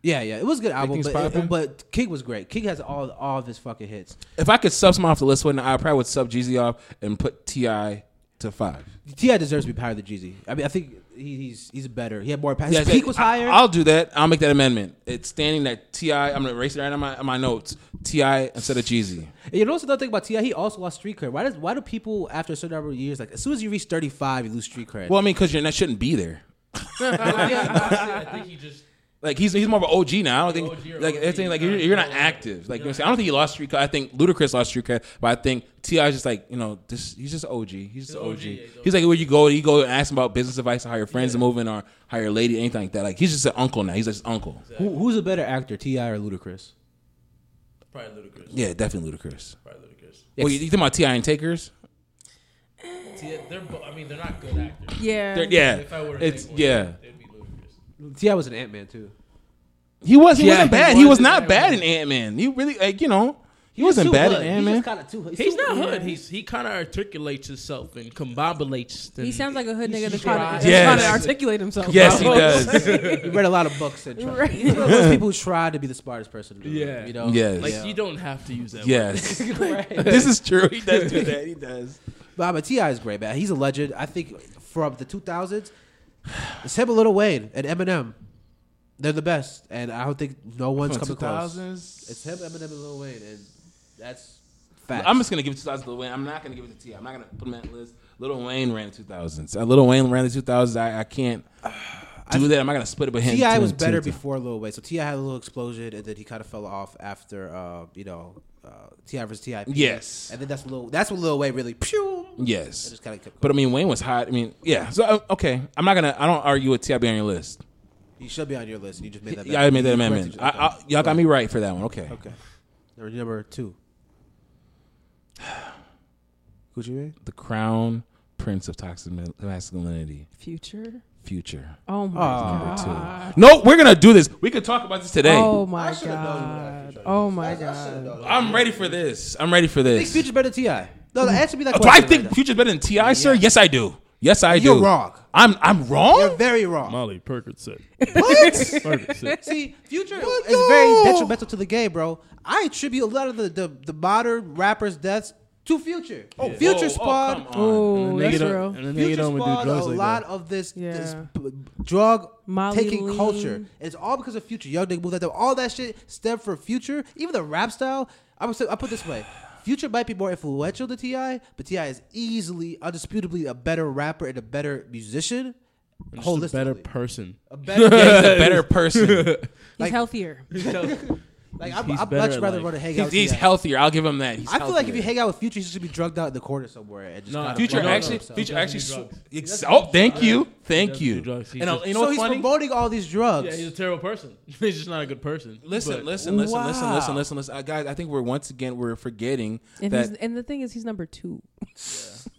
Yeah, yeah, it was a good album,
Things
but,
Poppin'?
but King was great. King has all all of his fucking hits.
If I could sub some off the list, wouldn't I? I probably would sub Jeezy off and put Ti to five.
Ti deserves to be higher than Jeezy. I mean, I think he, he's he's better. He had more. His
Yes,
peak
I-
was
I-
higher.
I'll do that. I'll make that amendment. It's standing that Ti. I'm gonna erase it right on my on my notes. Ti instead of Jeezy.
And you know what's another thing about Ti? He also lost street cred. Why does why do people after a certain number of years like as soon as you reach thirty five you lose street cred?
Well, I mean, because that shouldn't be there.
I think he just.
Like he's he's more of an OG now. I don't
OG
think
or
like
OG,
it's like you're,
not-
you're not active. Like you know what I'm saying? I don't think he lost street cred. I think Ludacris lost street cred, but I think Ti is just like you know this. He's just OG. He's just OG.
OG, yeah, he's
He's like where you go, you go and ask him about business advice, how your friends are moving, or how your lady, anything like that. Like he's just an uncle now. He's just an uncle.
Who, who's a better actor, Ti or Ludacris?
Probably Ludacris.
Yeah, definitely Ludacris.
Probably Ludacris.
Well, you, you think about Ti and Takers?
See, they're. bo- I mean, they're not good actors.
Yeah.
They're- yeah,
If I were to
it's
pick one,
yeah.
It'd be Ludacris.
Ti was an Ant Man too.
He was. He
Yeah,
wasn't
he
bad. He was,
was in
not
Ant-Man.
bad in Ant Man. He really like you know he, wasn't bad in Ant Man.
He's not hood. He's he kind of articulates himself and combobulates.
He sounds like a hood nigga that's
tried.
trying to, that's
Yes.
trying to articulate himself.
Yes, he does.
you read a lot of books and tried.
Right.
He's one of those people who try to be the smartest person. in the room,
Yeah.
you know.
Yes.
Like
Yeah.
you don't have to use that.
yes,
Right.
this is true. He does do that. He does.
But, but Ti is great, man. He's a legend. I think from the 2000s, it's him and Little Wayne and Eminem. They're the best, and I don't think no one's coming close. It's him, Eminem, and Lil Wayne, and that's facts.
I'm just gonna give it 2000 to Lil Wayne. I'm not gonna give it to T. I'm not gonna put him on that list. Lil Wayne ran the 2000s. Uh, Lil Wayne ran the 2000s. I, I can't do that. I'm not gonna split it with him.
Ti
two
was
and
better
two.
before Lil Wayne, so Ti had a little explosion, and then he kind of fell off after, uh, you know, uh, Ti versus Ti.
Yes.
and then that's Lil. That's when Lil Wayne really, pew, it
Yes,
just kind of kept.
but
Going.
I mean Wayne was hot. I mean, yeah. So uh, okay, I'm not gonna. I don't argue with T. I be on your list.
You should be on your list. You just made that.
Yeah, I made that
you
amendment. I,
corrected
I, y'all got me right for that one. Okay.
yourself. okay. Number- Number two. Gucci Mane.
The Crown Prince of Toxic Ma- Masculinity,
Future.
Future.
Oh my
Aw.
god.
No, we're gonna do this. We could talk about this today.
Oh my
should've known
god. Oh my god.
I'm ready for this. I'm ready for
Think
this.
Future better than Ti? No, answer me that
Do Oh, I
question.
think
right
Future's better than Ti, sir? Yes, I do. Yes, I do.
You're wrong.
I'm I'm wrong.
now. You're very wrong.
Molly Perkert said.
What?
Perkert said.
See, Future
What
is very
the-
detrimental to the game, bro. I attribute a lot of the the, the modern rappers' deaths to Future. Oh, Future spawned.
Oh,
Nigga
that's
don't-
real.
And the nigga
Future
don't do
spawned a
drugs like
lot
that.
of this, this
Yeah.
p- drug
Molly
taking
Lean.
culture. And it's all because of Future. Young nigga moved that. All that shit stemmed from Future. Even the rap style. I would say I put it this way. Future might be more influential to Ti, but Ti is easily, undisputably, a better rapper and a better musician.
Just a better
holistically.
person.
a better,
He's a better person.
He's healthier.
Like
He's-
I'd,
he's
I'd
better
much
at
rather
life.
rather hang out.
He's,
with
he's
you.
healthier. I'll give him that. He's
I feel like if you
healthier.
hang out with Future, he should be drugged out in the corner somewhere. And just
No,
kinda
Future
blow
no,
actually,
himself.
Future
doesn't
actually.
do drugs.
Ex- oh, thank you, thank
doesn't
you.
do drugs. He's
And uh,
just-
you know
so
what's
he's
funny?
promoting all these drugs.
Yeah, he's a terrible person. he's just not a good person.
Listen,
But-
listen, listen, listen,
Wow.
listen, listen, listen. I, guys, I think we're once again we're forgetting
And, he's,
that.
and the thing is, he's number two.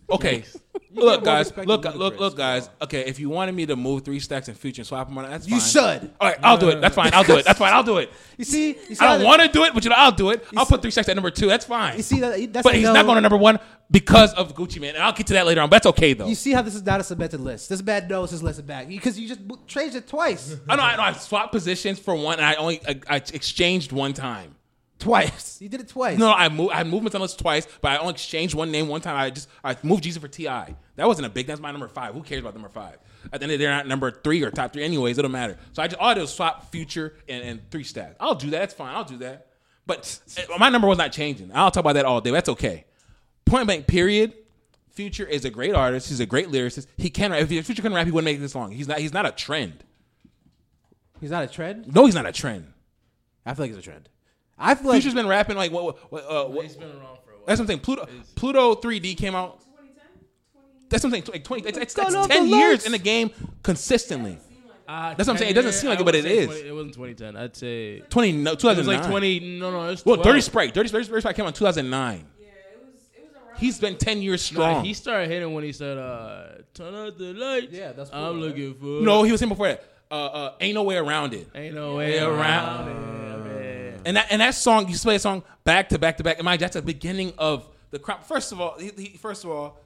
Okay,
You give
look,
more
guys,
respect
look,
to
look, look,
Ludacris.
guys. Okay, if you wanted me to move three stacks in future and swap them on, that's
You
fine.
should.
All right, I'll do it. That's fine. I'll do it. That's fine. I'll do it.
You see, you see
I don't
how-
want to do it, but you know, I'll do it. I'll
see-
put three stacks at number two. That's fine.
You see that? That's
but
a
he's
no.
not going to number one because of Gucci Man, and I'll get to that later on. But that's okay though.
You see how this is not a cemented list. This bad knows his list is back because you just bo- changed it twice,
I know. I know. I swapped positions for one, and I only I, I exchanged one time.
twice. You did it twice.
No, I moved. I had movements unless twice, but I only exchanged one name one time. I just I moved Jesus for Ti. That wasn't a big. That's my number five. Who cares about number five? At the end of the day, they're not number three or top three. Anyways, it don't matter. So I just all I did was swap Future and, and three stacks. I'll do that. That's fine. I'll do that. But eh, my number was not changing. I'll talk about that all day. That's okay. Point blank. Period. Future is a great artist. He's a great lyricist. He can rap. If Future couldn't rap, he wouldn't make it this long. He's not. He's not a trend.
he's not a trend.
No, he's not a trend.
I feel like it's a trend. I feel like
Future's been rapping like what? what, what, uh, what
he's been around for a while.
That's something. Pluto Pluto 3D came out. That's something like twenty. It's, it's,
Going
it's
off
ten
the
years
looks.
in the game consistently.
Uh,
That's what I'm saying. It doesn't seem like it,
I
but
would
it
say
is.
20 it wasn't 2010. I'd say it
Twenty no, two
was
thousand nine.
like 20. No, no, it's
Well,
12.
Dirty Sprite. Dirty, Dirty, Dirty Sprite came out in two thousand nine. He's been ten years
Nah,
strong.
he started hitting when he said, uh, "Turn out the lights."
Yeah, that's cool,
I'm
right?
looking for.
no, he was him before that. Uh, uh, ain't no way around it.
ain't no way
Yeah,
around. it.
And that and that song, you play a song back to back to back. And mind you, that's the beginning of the crop. First of all, he, he, first of all,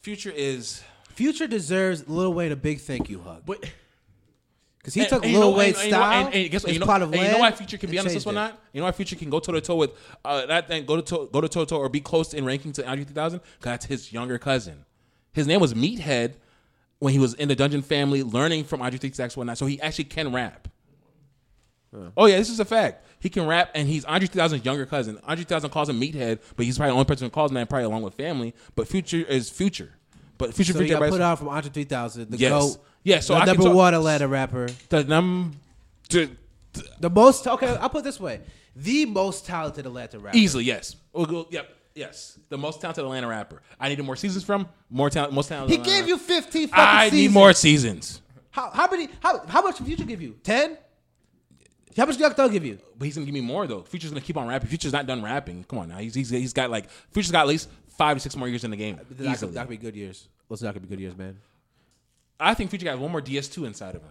Future is
Future deserves Lil Wayne a big thank you hug
But
because he
And-
took
and you
Lil
know-
Wayne's
and- and you know-
style,
And, and guess what?
his
You know,
plot of
and you know
land,
why Future can be
and
on this
changed
one?
it.
Not you know why Future can go toe to toe with uh, that thing, go to toe, go to toe to toe, or be close in ranking to Andre 3000 because that's his younger cousin. His name was Meathead when he was in the Dungeon Family, learning from Andre 3000 and whatnot. So he actually can rap. Oh yeah, this is a fact. He can rap, and he's Andre 3000's younger cousin. Andre 3000 calls him Meathead, but he's probably the only person who calls him that, probably along with family. But Future is Future. But Future,
So he
Future,
got put
everybody's-
out from Andre 3000, the
Yes.
goat.
Yeah, so
the
I can
number
talk-
one Atlanta rapper,
the number
the most. Okay, I'll put it this way: the most talented Atlanta rapper.
Easily, yes. We'll go, yep, yes. The most talented Atlanta rapper. I needed more seasons from more talent. Most talented.
He
Atlanta
gave you 15 fucking
rapper. I
seasons.
need more seasons.
How, how many? How, how much did Future give you? Ten? How much did Young Thug give you?
But he's gonna give me more though. Future's gonna keep on rapping. Future's not done rapping. Come on now. He's he's, he's got like Future's got at least five to six more years in the game.
That could,
Easily.
that could be good years. Let's not gonna be good years, man.
I think Future got one more DS2 inside of him.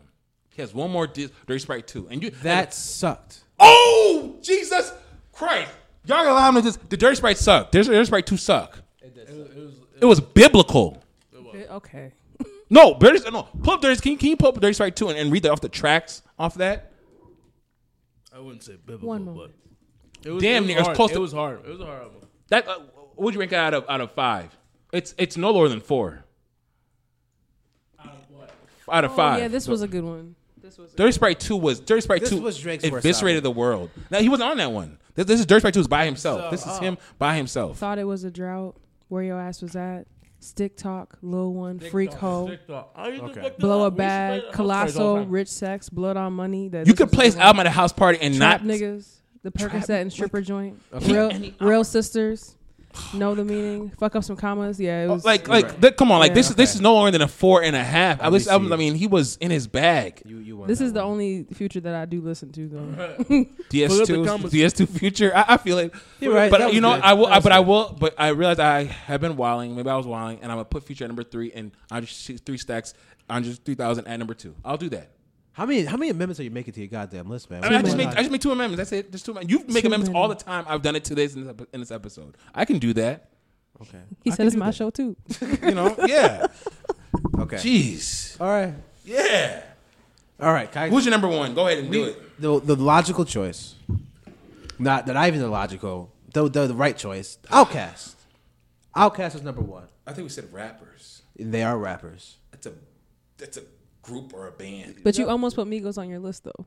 He has one more D- Dirty Sprite 2. And you
That
and-
sucked.
Oh Jesus Christ. Y'all gonna allow him to just the Dirty Sprite suck. Dirty, Dirty Sprite 2 suck. It was biblical.
Okay.
No, Dirty. No, pull up Dirty. Can, you- can you pull up Dirty Sprite two and, and read the, off the tracks off that?
I wouldn't say biblical,
One
but
moment.
it was,
Damn
it was
near, it's
hard.
close
It
to-
was hard. It was a hard album.
That uh, what would you rank it out of out of five? It's it's no lower than four. Out of five.
Oh, yeah, this was a good one. This was.
Dirty Sprite two was Dirty Sprite
This
two
was Drake's worst
eviscerated the world. Now he wasn't on that one. This, this is Dirty Sprite two is by himself. this
uh,
is him by himself.
Thought it was a drought. Where your ass was at. Stick talk. Lil one. freak hoe. Blow a bag. Colossal. Rich sex. Blood on money. That
you
this
could
was a
play his
good one.
album at a house party and
Trap
not.
niggas. The Percocet and stripper joint.
Okay.
Real,
And he-
real sisters. know the meaning. Fuck up some commas. Yeah, it was
Oh, Like, like, th- come on, like
Yeah.
this is this is no lower than a four and a half. At least,
least
I
he-
mean, he was in his bag.
You you won.
This
that
is the
one.
only future that I do listen to though.
Pull up the
DS2,
comments.
DS2 future. I, I feel it.
You're right. That
But
was
you know,
good.
I will.
That
I,
was
but I
good.
will. But I realized I have been wilding. Maybe I was wilding, and I'm gonna put future at number three and Andre three stacks, Andre three thousand at number two. I'll do that.
How many how many amendments are you making to your goddamn list, man?
I, mean, I
What's
just
going
make. I
on?
just make two amendments. That's it. Just two. amendments. You make
Two
amendments all the
amendments.
time. I've done it to this in this, epi- in this episode. I can do that.
He
I
said
can
it's
do
my
that.
show too.
You know. Yeah.
okay.
Jeez.
All right.
Yeah.
All right. Can I-
Who's your number one? Go ahead and do it.
the the logical choice. Not not even the logical. The the, the right choice. Outcast. Outcast is number one.
I think we said rappers.
They are rappers.
That's a. That's a group or a band.
But you almost put Migos on your list though.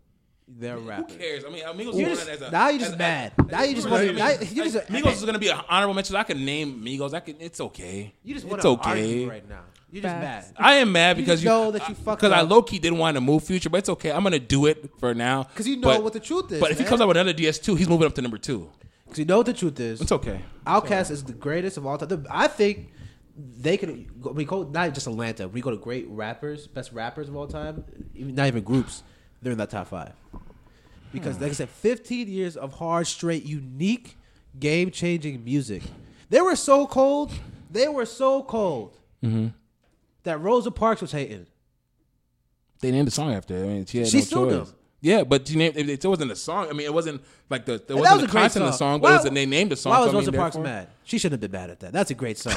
They're
Who
rappers.
cares? I mean, Amigos
You
won
just-
it as a-
now you just
as a-
mad.
as a
Now you just
group.
wanna-
I mean,
now you just-
like, Migos is gonna be an honorable mention. I can name Migos. I can. It's okay.
You just want
It's
to
okay.
argue right now. You're just
Facts.
mad
I am mad
You
because
just
you uh,
know that you fucked
because I
up.
low key didn't want to move Future, but it's okay. I'm gonna do it for now
because you know
But-
what the truth is.
But if he
man.
comes out with another DS2, he's moving up to number two.
because you know what the truth is.
It's okay.
Outcast is the greatest of all time. The- I think they could go- we go not just Atlanta. We go to great rappers, best rappers of all time. Even not even groups. They're in that top five because, like I said, 15 years of hard, straight, unique, game changing music. They were so cold. They were so cold that Rosa Parks was hating.
They named the song after. her. I mean, she had
She
no
sued
choice.
him.
Yeah, but you named, it, it wasn't a song. I mean, it wasn't like the there
And that
wasn't
was a
the
great
content
song.
of the song, but it was, and they named the song.
Why was
so I mean,
Rosa Parks
therefore-
mad? She shouldn't have been mad at that. That's a great song.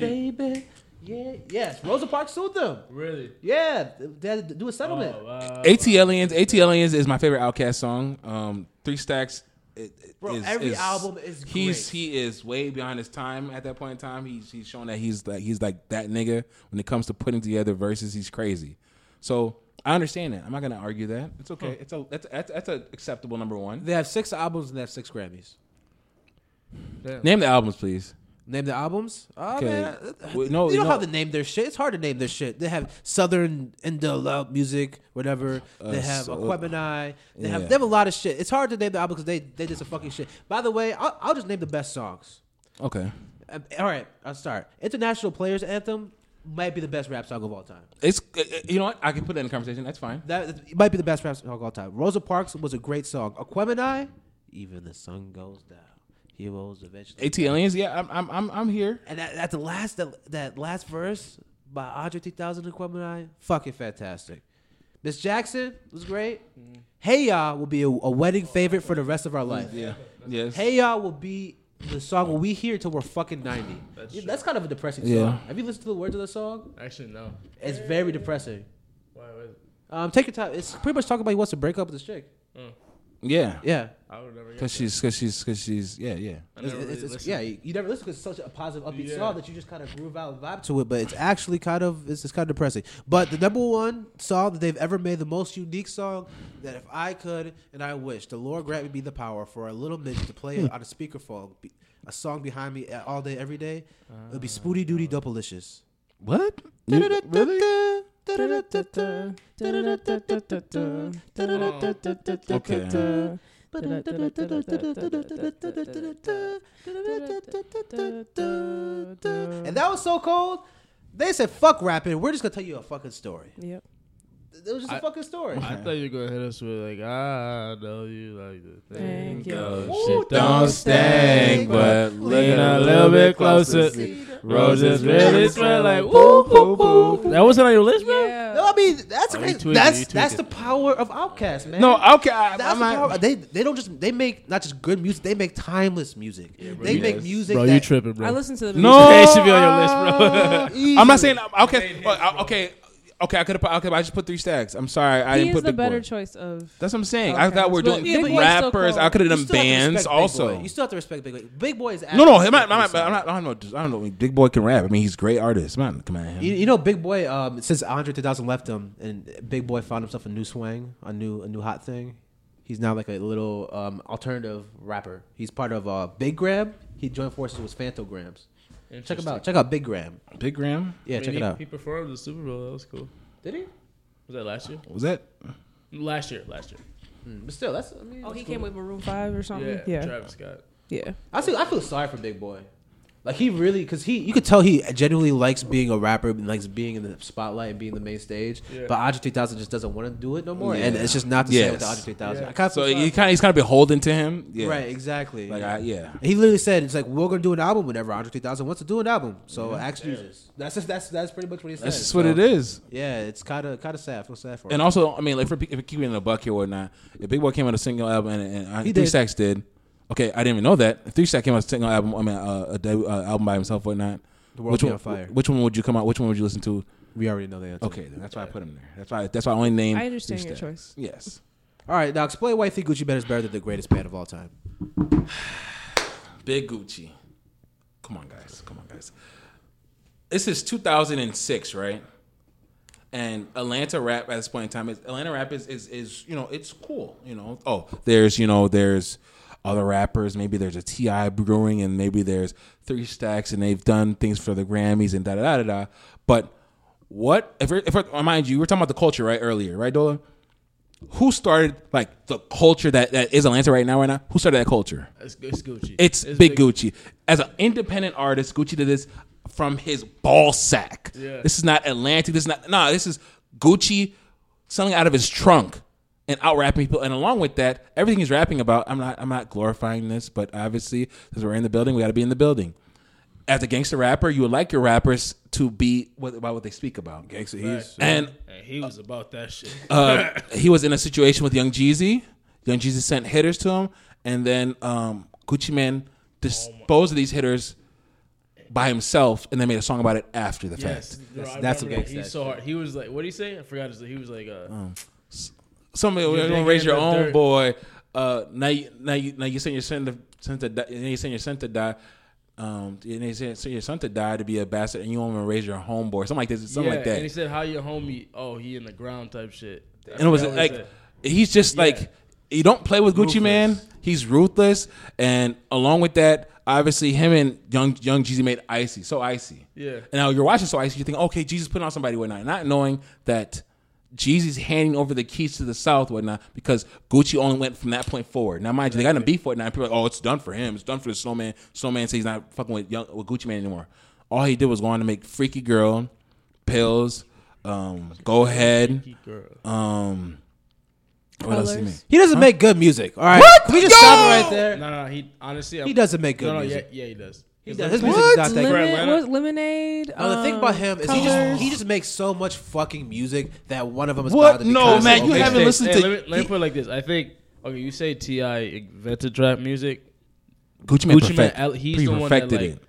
Baby. Yeah, yes. Rosa Parks sued them.
Really?
Yeah, they had to do a settlement.
ATLians. ATLians is my favorite Outcast song. Um, Three Stacks. It, it
Bro,
is-
every
is-
album is
he's
great.
he is way behind his time at that point in time. He's he's shown that he's like he's like that nigga when it comes to putting together verses. He's crazy. So I understand that. I'm not gonna argue that. It's okay. It's a that's that's, that's an acceptable number one.
They have six albums and they have six Grammys.
Name the albums, please.
Name the albums. Oh,
Okay.
man.
Wait, no,
you don't
no.
have to name their shit. It's hard to name their shit. They have Southern Indo love music, whatever. They
Uh,
have
so-
Aquemini. They have
Yeah.
they have a lot of shit. It's hard to name the album because they they did some fucking shit. By the way, I'll, I'll just name the best songs.
Okay.
Um, All right, I'll start. International Players Anthem might be the best rap song of all time.
It's uh, uh, you know what I can put that in the conversation. That's fine.
That it might be the best rap song of all time. Rosa Parks was a great song. Aquemini, even the sun goes down. Heroes eventually.
ATLians. Yeah, I'm I'm I'm, I'm here.
And that, at the last that, that last verse by Andre 3000 and Aquemini, fucking fantastic. Miss Jackson was great. Hey Ya will be a, a wedding favorite for the rest of our life.
Yeah. Yes.
Hey Ya will be the song we hear till we're fucking 90. That's, kind of a depressing song.
Yeah.
Have you listened to the words of the song?
Actually, no.
It's very depressing.
Why was it?
Um, take your time. It's pretty much talking about he wants to break up with this chick.
Yeah.
Yeah.
I would never. Get
Cause she's cause she's cause she's yeah yeah.
I
It's,
never really
it's- it's-
listened.
yeah, you, you never listen because it's such a positive, upbeat
Yeah.
song that you just kind of groove out and vibe to it. But it's actually kind of it's, it's kind of depressing. But the number one song that they've ever made, the most unique song that if I could and I wish, the Lord grant me the power for a little midget to play it on a speakerphone, be, a song behind me a- all day every day, it
Ah.
would be Spooty Dooty Doublelicious.
What?
Oh.
Okay.
And that was so cold. They said, "Fuck rapping. We're just gonna tell you a fucking story."
Yep.
It was just a
I-
fucking story.
I thought you were gonna hit us with like, "Ah, I know you like the thing.
Thank you.
goes
Ooh,
shit
don't
don't
stink,
stink, but lean a little bit closer. Roses really smell like woo woo woo. That wasn't on your list, bro.
no,
Yeah.
I mean that's
Oh, you
crazy.
tweaking,
that's
you
that's the
tweaking.
power of Outkast, man.
No, okay. I,
That's
I'm
the
not,
power. They they don't just they make not just good music. They make timeless music. they
you-
make
Yes.
music.
Bro,
that
you tripping, bro?
I listened to the
no,
It should be on your list, bro.
Easily.
I'm not saying okay. uh, Okay, okay. I could have. put Okay, but I just put three stacks. I'm sorry, I
He
didn't
is
put
the
Big
better
Boy.
choice of.
That's what I'm saying. I
Okay.
thought we are
But-
doing
yeah, but-
rappers. I could have
You
done
still have to
bands
respect Big
also.
Boy. You still have to respect Big Boy. Big Boy is
No, no,
actually
I'm not, I'm not,
producing.
I'm not, I don't know. I don't know. Big Boy can rap. I mean, he's a great artist. Man, come on.
You, you know, Big Boy. Um, since Andre 3000 left him, and Big Boy found himself a new swing, a new, a new hot thing. He's now like a little um, alternative rapper. He's part of uh, Big Gram. He joined forces with Phantograms. Check him out. Check out Big Gram.
Big Graham
Yeah,
I mean,
check it
he,
out.
He performed the Super Bowl. That was cool.
Did he?
Was that last year?
was that?
Last year. Last year.
Mm, But still, that's. I mean,
Oh, he
that's
came
cool.
with Maroon Five or something.
Yeah.
Yeah.
Travis Scott.
Yeah.
I feel, I feel sorry for Big Boy. Like he really, cause he, you could tell he genuinely likes being a rapper, and likes being in the spotlight and being the main stage.
Yeah.
But Andre 3000 just doesn't want to do it no more, and
Yeah.
it's just not the same without
Yes.
Andre 3000.
Yeah.
I kind of
So he kind of he's kind of beholden to him. Yeah.
right, exactly.
Like I, yeah.
He literally said, "It's like we're gonna do an album whenever Andre 3000 wants to do an album." So ask Jesus. That's just, that's that's pretty much what he said.
That's just what
So,
it is.
Yeah, it's kind of kind of sad. I feel sad for him.
And also, I mean, like for, if it keep it in the buck here or not, if Big Boy came out with a single album and, and I-
He
Three
did.
Stacks did, okay, I didn't even know that. If Three Stacks came out with a single album, I mean, uh, a debut, uh, album by himself or not.
The world
which
be
one,
on fire.
Which one would you come out? Which one would you listen to?
we already know the answer.
Okay, then that's why I put him there. That's why. That's why I only named.
I understand
Three
your
Stacks.
choice.
Yes.
All right, now explain why you think Gucci Mane is better than the greatest band of all time.
Big Gucci. Come on, guys. Come on, guys. This is 2006, right? And Atlanta rap at this point in time is Atlanta rap is is, is you know it's cool you know oh there's you know there's other rappers maybe there's a Ti brewing and maybe there's Three Stacks and they've done things for the Grammys and da da da da da but what if if uh, mind you we were talking about the culture right earlier right Dola who started like the culture that, that is Atlanta right now right now who started that culture
It's, it's Gucci.
it's, big, Gucci. As an independent artist, Gucci did this from his ball sack.
Yeah.
This is not Atlantic. This is not nah. This is Gucci selling out of his trunk and out rapping people. And along with that, everything he's rapping about, I'm not I'm not glorifying this, but obviously since we're in the building, we got to be in the building. As a gangster rapper, you would like your rappers to be what, about what they speak about.
Gangsta, he's
And
And he was about that shit.
uh, he was in a situation with Young Jeezy. Young Jeezy sent hitters to him, and then um, Gucci Man disposed of these hitters by himself, and they made a song about it after the
yes,
fact.
bro, I
that's
remember
what
that. He's
gangsta
so hard. He was like, what did he say? I forgot. His, he was like, uh,
Somebody was gonna
digging
raise
in
your
the
own
dirt.
boy. Uh, now, you, now, you, now you send your son to, son to die, and you send your son to die. Um, and they send send your son to die to be a bastard, and you want to raise your homeboy, something like this, something
yeah,
like that.
And he said, how your homie? Oh, he in the ground type shit. I
and it was
forgot what he
like
said.
he's just like you don't play with Gucci Man. He's ruthless, and along with that, obviously him and Young Young Jeezy made Icy so Icy.
Yeah.
And now you're watching so Icy, you think okay, Jeezy's putting on somebody whatnot, not knowing that Jeezy's handing over the keys to the South whatnot because Gucci only went from that point forward. Now mind you, they got in a beef whatnot. People are like oh, it's done for him. It's done for the Snowman. Snowman says he's not fucking with Young with Gucci Man anymore. All he did was go on to make Freaky Girl, Pills, um, Go Ahead.
He girl.
Um, what else he
Colors.
made?
He doesn't make good music. All right,
What?
Can we just
Yo!
stop right there?
No, no, he honestly
He doesn't make good
No, no, yeah,
music.
yeah, he does.
He
He's
does.
like-
His music's
What?
not that
Lemon-
great.
Right,
what? Lemonade.
No, the thing
um,
about him is he
Colors?
just he just makes so much fucking music that one of them is
What?
bound to be
No,
constantly
man, you
overtaken.
haven't listened to-
Hey, Let me, let me put it like this. I think. Okay, you say Ti invented trap music.
Gucci Mane
Gucci Mane, ele- he's the one that
perfected
like,
it.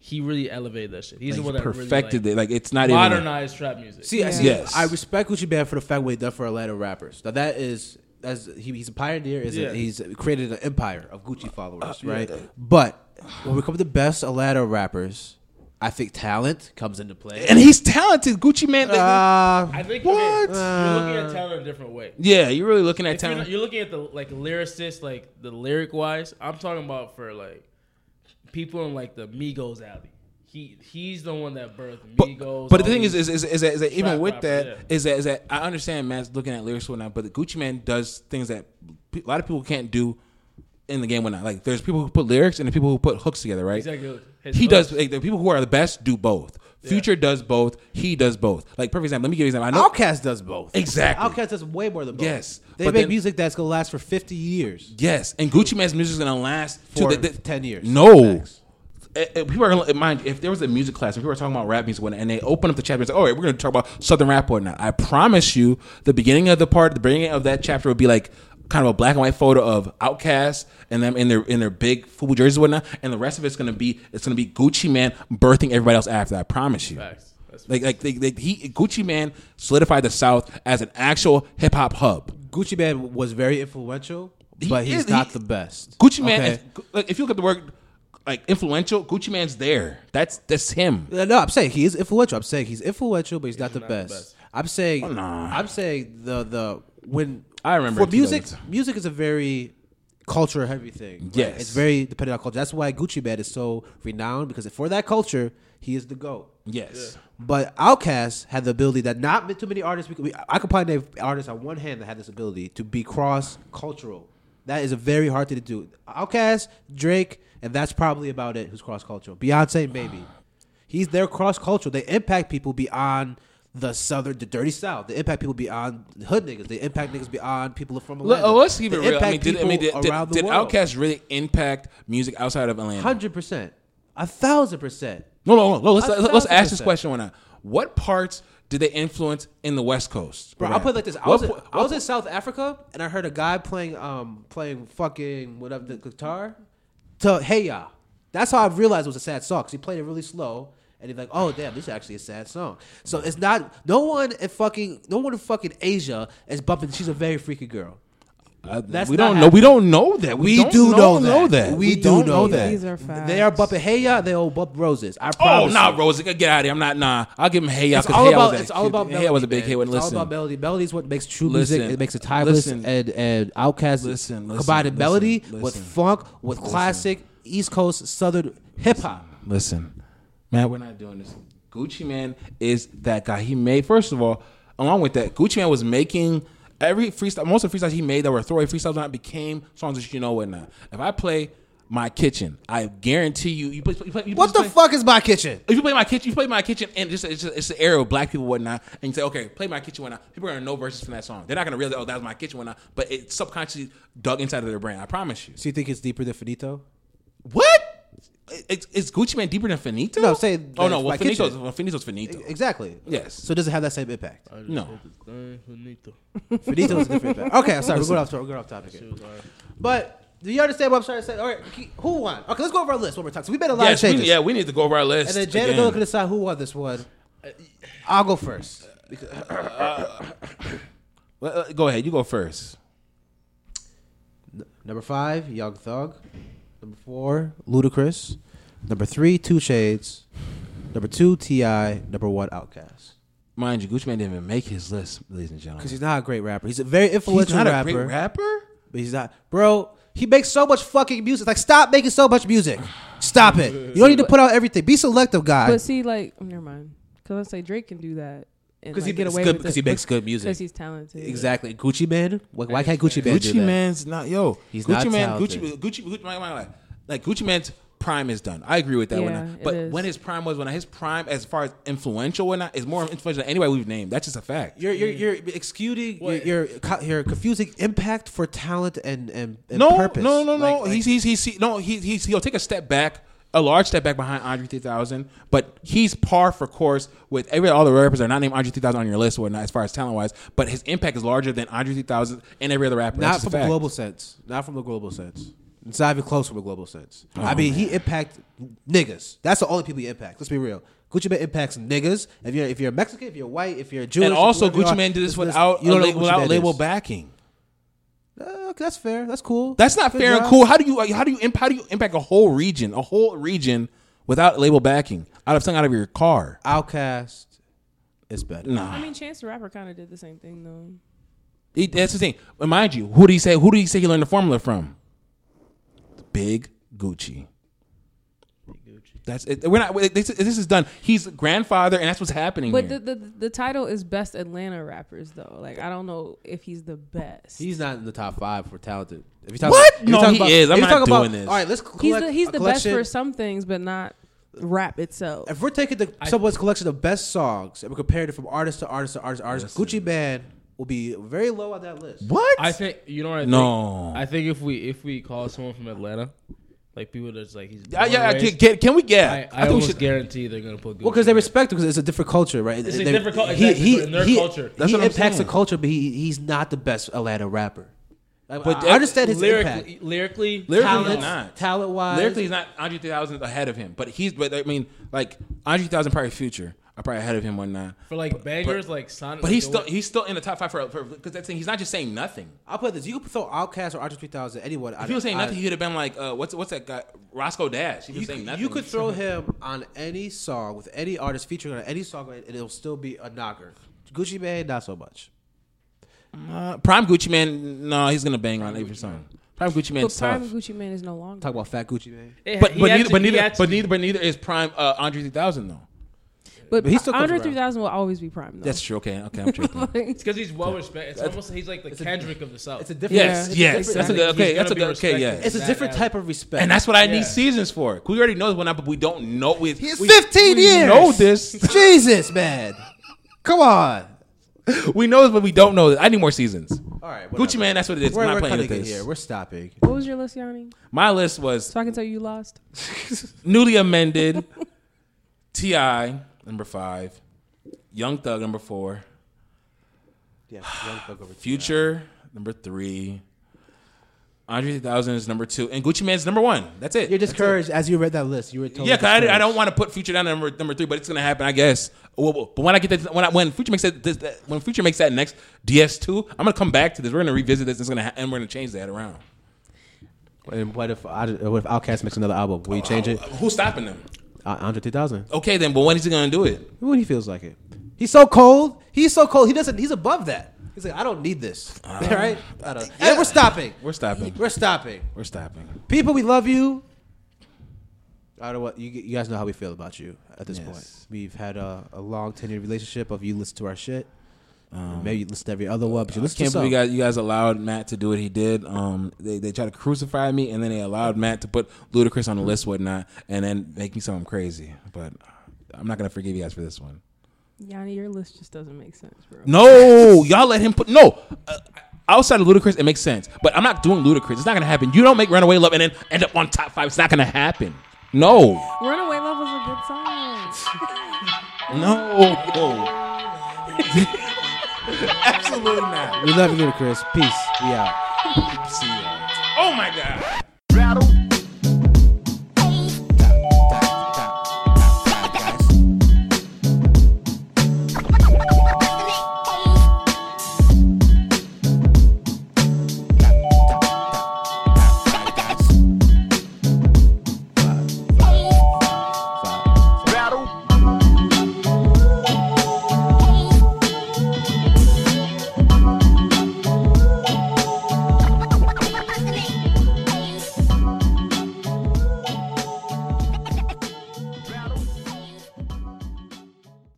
he really elevated that shit. He's
He's
the one that
perfected
really,
it. Like it's not
like,
even. like-
modernized trap music.
See, I see,
Yes.
I respect Gucci Mane for the fact what he done for Atlanta rappers. Now that is as he, he's a pioneer. Is
Yeah.
he's created an empire of Gucci followers, right? But when we come to the best Atlanta rappers, I think talent comes into play.
And he's talented, Gucci Man. like-
Uh,
I think
What?
Okay, you're looking at talent a different way.
yeah, you're really looking at
If you're,
talent.
not, you're looking at the like lyricist, like the lyric wise. I'm talking about for like people in like the Migos alley. He he's the one that birthed
but,
Migos.
but
all
the thing
these-
is, is, is, is that, is that even
trap
with that,
rappers,
is
yeah.
that is that I understand Matt's looking at lyrics and whatnot, but the Gucci Man does things that pe- a lot of people can't do in the game whatnot. Like there's people who put lyrics and the people who put hooks together, right?
Exactly. His
He
hooks.
does. Like, the people who are the best do both. Future does both. He does both. Like perfect example. Let me give you an example. I know
Outkast does both.
Exactly.
Outkast does way more than both.
Yes,
they
but
make
then-
music that's gonna last for fifty years.
Yes, and Gucci Mane's music is gonna last
For
to the, the-
10 years.
No,
Max.
Eh, eh, people are gonna mind. you, If there was a music class, and people were talking about rap music, when- and they open up the chapter, and say, "All right, we're gonna talk about Southern rap or not." I promise you, the beginning of the part, the beginning of that chapter would be like kind of a black and white photo of Outkast and them in their in their big football jerseys and whatnot, and the rest of it's gonna be it's gonna be Gucci Man birthing everybody else after. I promise you.
Facts. That's-
Like like they, they, he Gucci Man solidified the South as an actual hip hop hub.
Gucci Mane was very influential,
He
but he's
is-
not
he-
the best.
Gucci Man,
Okay?
is, like, if you look at the word like influential, Gucci Man's there. That's that's him.
Uh, No, I'm saying he is influential. I'm saying he's influential, but he's, not, the, best.
best.
I'm saying
Oh, nah.
I'm saying the the when
I remember
for music
2000s.
music is a very culture heavy thing. right?
Yes.
It's very dependent on culture. That's why Gucci Mane is so renowned because for that culture, he is the GOAT.
Yes.
But Outkast had the ability that not too many artists. We, could- we, I could probably name artists on one hand that had this ability to be cross cultural. That is a very hard thing to do. Outkast, Drake, and that's probably about it. Who's cross cultural? Beyonce, maybe. He's their cross cultural. They impact people beyond the southern, the dirty south. They impact people beyond hood niggas. They impact niggas beyond people from
Let-
Atlanta.
oh, let's keep it
They
real. I mean,
impact
did, I mean, did,
people around
did,
the
did
world.
Outkast really impact music outside of Atlanta?
hundred percent, a thousand percent.
no, no, no, no. Let's
A
let's, let's
thousand
ask this
percent.
question. Why not? What parts did they influence in the West Coast?
Bro, I'll
Rap.
put it like this. I
What
was, in,
po-
I was in South Africa and I heard a guy playing um playing fucking whatever the guitar to Hey Ya. That's how I realized it was a sad song because he played it really slow and he's like, oh damn, this is actually a sad song. So it's not no one in fucking no one in fucking Asia is bumping. She's a very freaky girl.
I-
That's
Uh, we
not
don't know. We don't know that. We,
We
don't
do know that.
We,
We do
don't
know
know
that.
that.
These are facts.
They are bumping Heya. They all bump roses. I
Oh,
promise.
nah,
you.
Rose, get out of here. I'm not. Nah, I'll give him hey y'all
It's
because
all
hey,
about.
was,
It's all about.
hey, I was a
melody,
big hey.
man.
When
It's all
listen,
about melody. Melody is what makes true
Listen.
music. It makes it timeless.
Listen.
and and Outkast
Listen, listen,
combined
listen,
melody with
listen.
funk with classic East Coast Southern hip hop.
listen, man, we're not doing this. Gucci Man is that guy. He made first of all, along with that, Gucci Man was making every freestyle. Most of the freestyles he made that were throwaway freestyles not became songs that you know and not. If I play my kitchen, I guarantee you, you play. You play you
What the
play,
fuck is my kitchen?
If you play my kitchen, you play my kitchen, and just it's, just, it's the era of black people whatnot, and you say, okay, play my kitchen whatnot. People are gonna know verses from that song. They're not gonna realize, oh, that was my kitchen whatnot, but it subconsciously dug inside of their brain. I promise you.
So you think it's deeper than Finito?
What? It's, it's Gucci Man deeper than Finito?
No, say
Oh
that
no,
it's
well,
my
Finito's,
kitchen.
well, Finito's Finito.
E, Exactly.
Yes.
So it doesn't have that same impact.
No.
Finito is a different impact. Okay, I'm sorry. We're going off, to- we're going off topic here. But do you understand what I'm trying to say? All right, keep- who won? Okay, let's go over our list one more time. So we made a lot
Yes,
of
we,
changes.
yeah, we need to go over our
And
list.
then Janet
again. Uh,
can decide who won this one. I'll go first.
Well, uh, go ahead, you go first.
Number five, Young Thug. Number four, Ludacris. Number three, Two Shades. Number two, T.I. Number one, Outkast.
Mind you, Gucci Man didn't even make his list, ladies and gentlemen.
Because he's not a great rapper. He's a very influential
not
rapper.
a great rapper.
But he's not, bro. He makes so much fucking music. Like, stop making so much music. Stop it. You don't need to put out everything. Be selective, guy.
But see, like, oh, never mind. Because I say Drake can do that. Because
he
like, get
makes
away
good-
with
'cause he makes good music.
Because he's talented.
Exactly. Gucci man. Why, why can't Gucci man do
Gucci
that?
Man's not yo.
He's
Gucci
not
Man,
talented.
Gucci, Gucci, Gucci, my, my, my, like Gucci Man's prime is done. I agree with that. when
Yeah,
I-
it
but
is.
when his prime was, when I, his prime, as far as influential or not, is more influential than anybody we've named. That's just a fact.
You're you're you're excusing you're, you're co- you're confusing impact for talent and and, and
no,
purpose.
no, no, no.
Like- like-
he's, he's he's he- no. He, he's he'll take a step back, a large step back behind Andre 3000, but he's par for course with every all the rappers that are not named Andre 3000 on your list or not as far as talent wise. But his impact is larger than Andre 3000 and every other rapper.
not
That's just
from
a
a
fact.
global sense. Not from a global sense. It's not even close from a global sense.
Oh,
I mean, he impact niggas. That's the only people he impacts. Let's be real. Gucci Man impacts niggas. If you're if you're Mexican, if you're white, if you're Jewish,
And
if
also,
whoever you
Gucci
are,
Man did this
listen,
without
you don't know
a
who
la-
Gucci
without
Man
label
is.
backing.
Uh, okay, that's fair. That's cool.
That's not
Good
fair and
job.
cool. How do you like, how do you imp- how do you impact a whole region, a whole region without label backing out of something out of your car?
Outcast is better.
I
Nah,
mean, Chance the Rapper kind of did the same thing, though.
He- that's the thing. But mind you, who do you say who do you say he learned the formula from? Big Gucci. That's it. We're not. This, this is done. He's grandfather, and that's what's happening.
But
here.
the, the the title is Best Atlanta Rappers, though. Like, I don't know if he's the best.
He's not in the top five for talented. If you talk
What?
If you
No,
talk
he
about,
is. I'm
if you
not
talk
doing
about,
this.
All right, let's
he's
collect.
the, he's
a
the best
collection.
for some things, but not rap itself.
If we're taking the, someone's collection of best songs and we're comparing it from artist to artist to artist to artist, Gucci Man will be very low on that list.
what?
I think you know what I
No.
think. I think if we if we call someone from Atlanta, like people that's like he's
Uh,
born
yeah,
and
can,
raised,
can, can we get?
I, I,
think we
almost
should-
guarantee they're gonna put.
Well, because they respect him because it's a different culture, right?
It's a
They-
different cul-
he-
exactly,
he-
so in their
he-
culture.
He
That's what I'm
impacts the
saying.
culture, but he, he's not the best Atlanta rapper. Like,
But
I I understand his
lyrically,
impact.
lyrically,
Lyrically,
talent.
he's not.
talent wise,
Lyrically, he's not Andre 3000 ahead of him, but he's. But I mean, like Andre 3000 probably future. I probably ahead of him one night.
for like bangers, like son.
But he's still he's still in the top five for because that thing he's not just saying nothing.
I'll put this. You could throw Outkast or Archer 3000, anyone.
If he was saying nothing, he would have been like, uh, what's what's that guy Roscoe Dash? He was
you,
saying
could-
nothing.
you could throw him on any song with any artist featuring on any song, and it'll still be a knocker. Gucci Mane, not so much.
uh, Prime Gucci Man. No, he's gonna bang on every song. Prime Gucci
but
Man's
Prime
tough.
Gucci Man is no longer.
Talk about Fat Gucci Mane.
But but neither, but neither but neither but neither is Prime uh, Andre 3000 though.
But,
But he still comes
Andre
around.
3000 will always be Prime, though.
That's true. Okay, okay, I'm tripping.
it's because he's well respected. It's almost like he's like the Kendrick of the South.
It's a different.
yes,
Yeah.
yes, that's a good.
He's
Okay,
gonna
that's a
be
good. Okay, yeah.
respected.
It's a
That
different
guy.
type of respect.
And that's what I
Yeah.
need seasons for. We already know this one, but we don't know it.
He has
we,
15
we
years.
know this.
Jesus, man. Come on.
we know this, but we don't know this. I need more seasons.
All right,
Gucci Man, that's what it is.
We're,
I'm not
we're
playing with
cutting it
this.
here. We're stopping.
what was your list, Yanni?
My list was
So I can tell you lost.
newly amended, Ti number five, Young Thug number four,
Yeah, young fuck over.
Future number three, Andre 3000 is number two, and Gucci Man's number one. That's it.
You're discouraged as you read that list. You were told.
Yeah, cause I, I don't want to put Future down at number number three, but it's gonna happen, I guess. Well, well, But when I get that, when I, when Future makes that, this, that when Future makes that next DS2, I'm gonna come back to this. We're gonna revisit this. It's gonna ha- and we're gonna change that around.
And what if I, what if Outkast makes another album? Will you change it?
Who's stopping them?
Uh, Andre 3000.
Okay, then. But when is he gonna do it?
When he feels like it. He's so cold. He's so cold. He doesn't. He's above that. He's like, I don't need this. All right. I don't. And we're stopping.
We're stopping.
We're stopping.
We're stopping.
People, we love you. I don't what you, you guys know how we feel about you at this point.
Yes.
We've had a, a long tenured relationship of you listen to our shit. Maybe you listen to every other one, but you
Um, I
listen
can't
to some.
believe you guys, you guys allowed Matt to do what he did. Um, they they tried to crucify me, and then they allowed Matt to put Ludacris on the list, whatnot, and then make me sound crazy. But I'm not gonna forgive you guys for this one.
Yanni, your list just doesn't make sense, bro.
No, y'all let him put no. Uh, outside of Ludacris, it makes sense, but I'm not doing Ludacris. It's not gonna happen. You don't make Runaway Love and then end up on top five. It's not gonna happen. No,
Runaway Love was a good song.
no, absolutely not.
We love you, Ludacris. Peace. We out.
See ya. Oh my god.
rattle.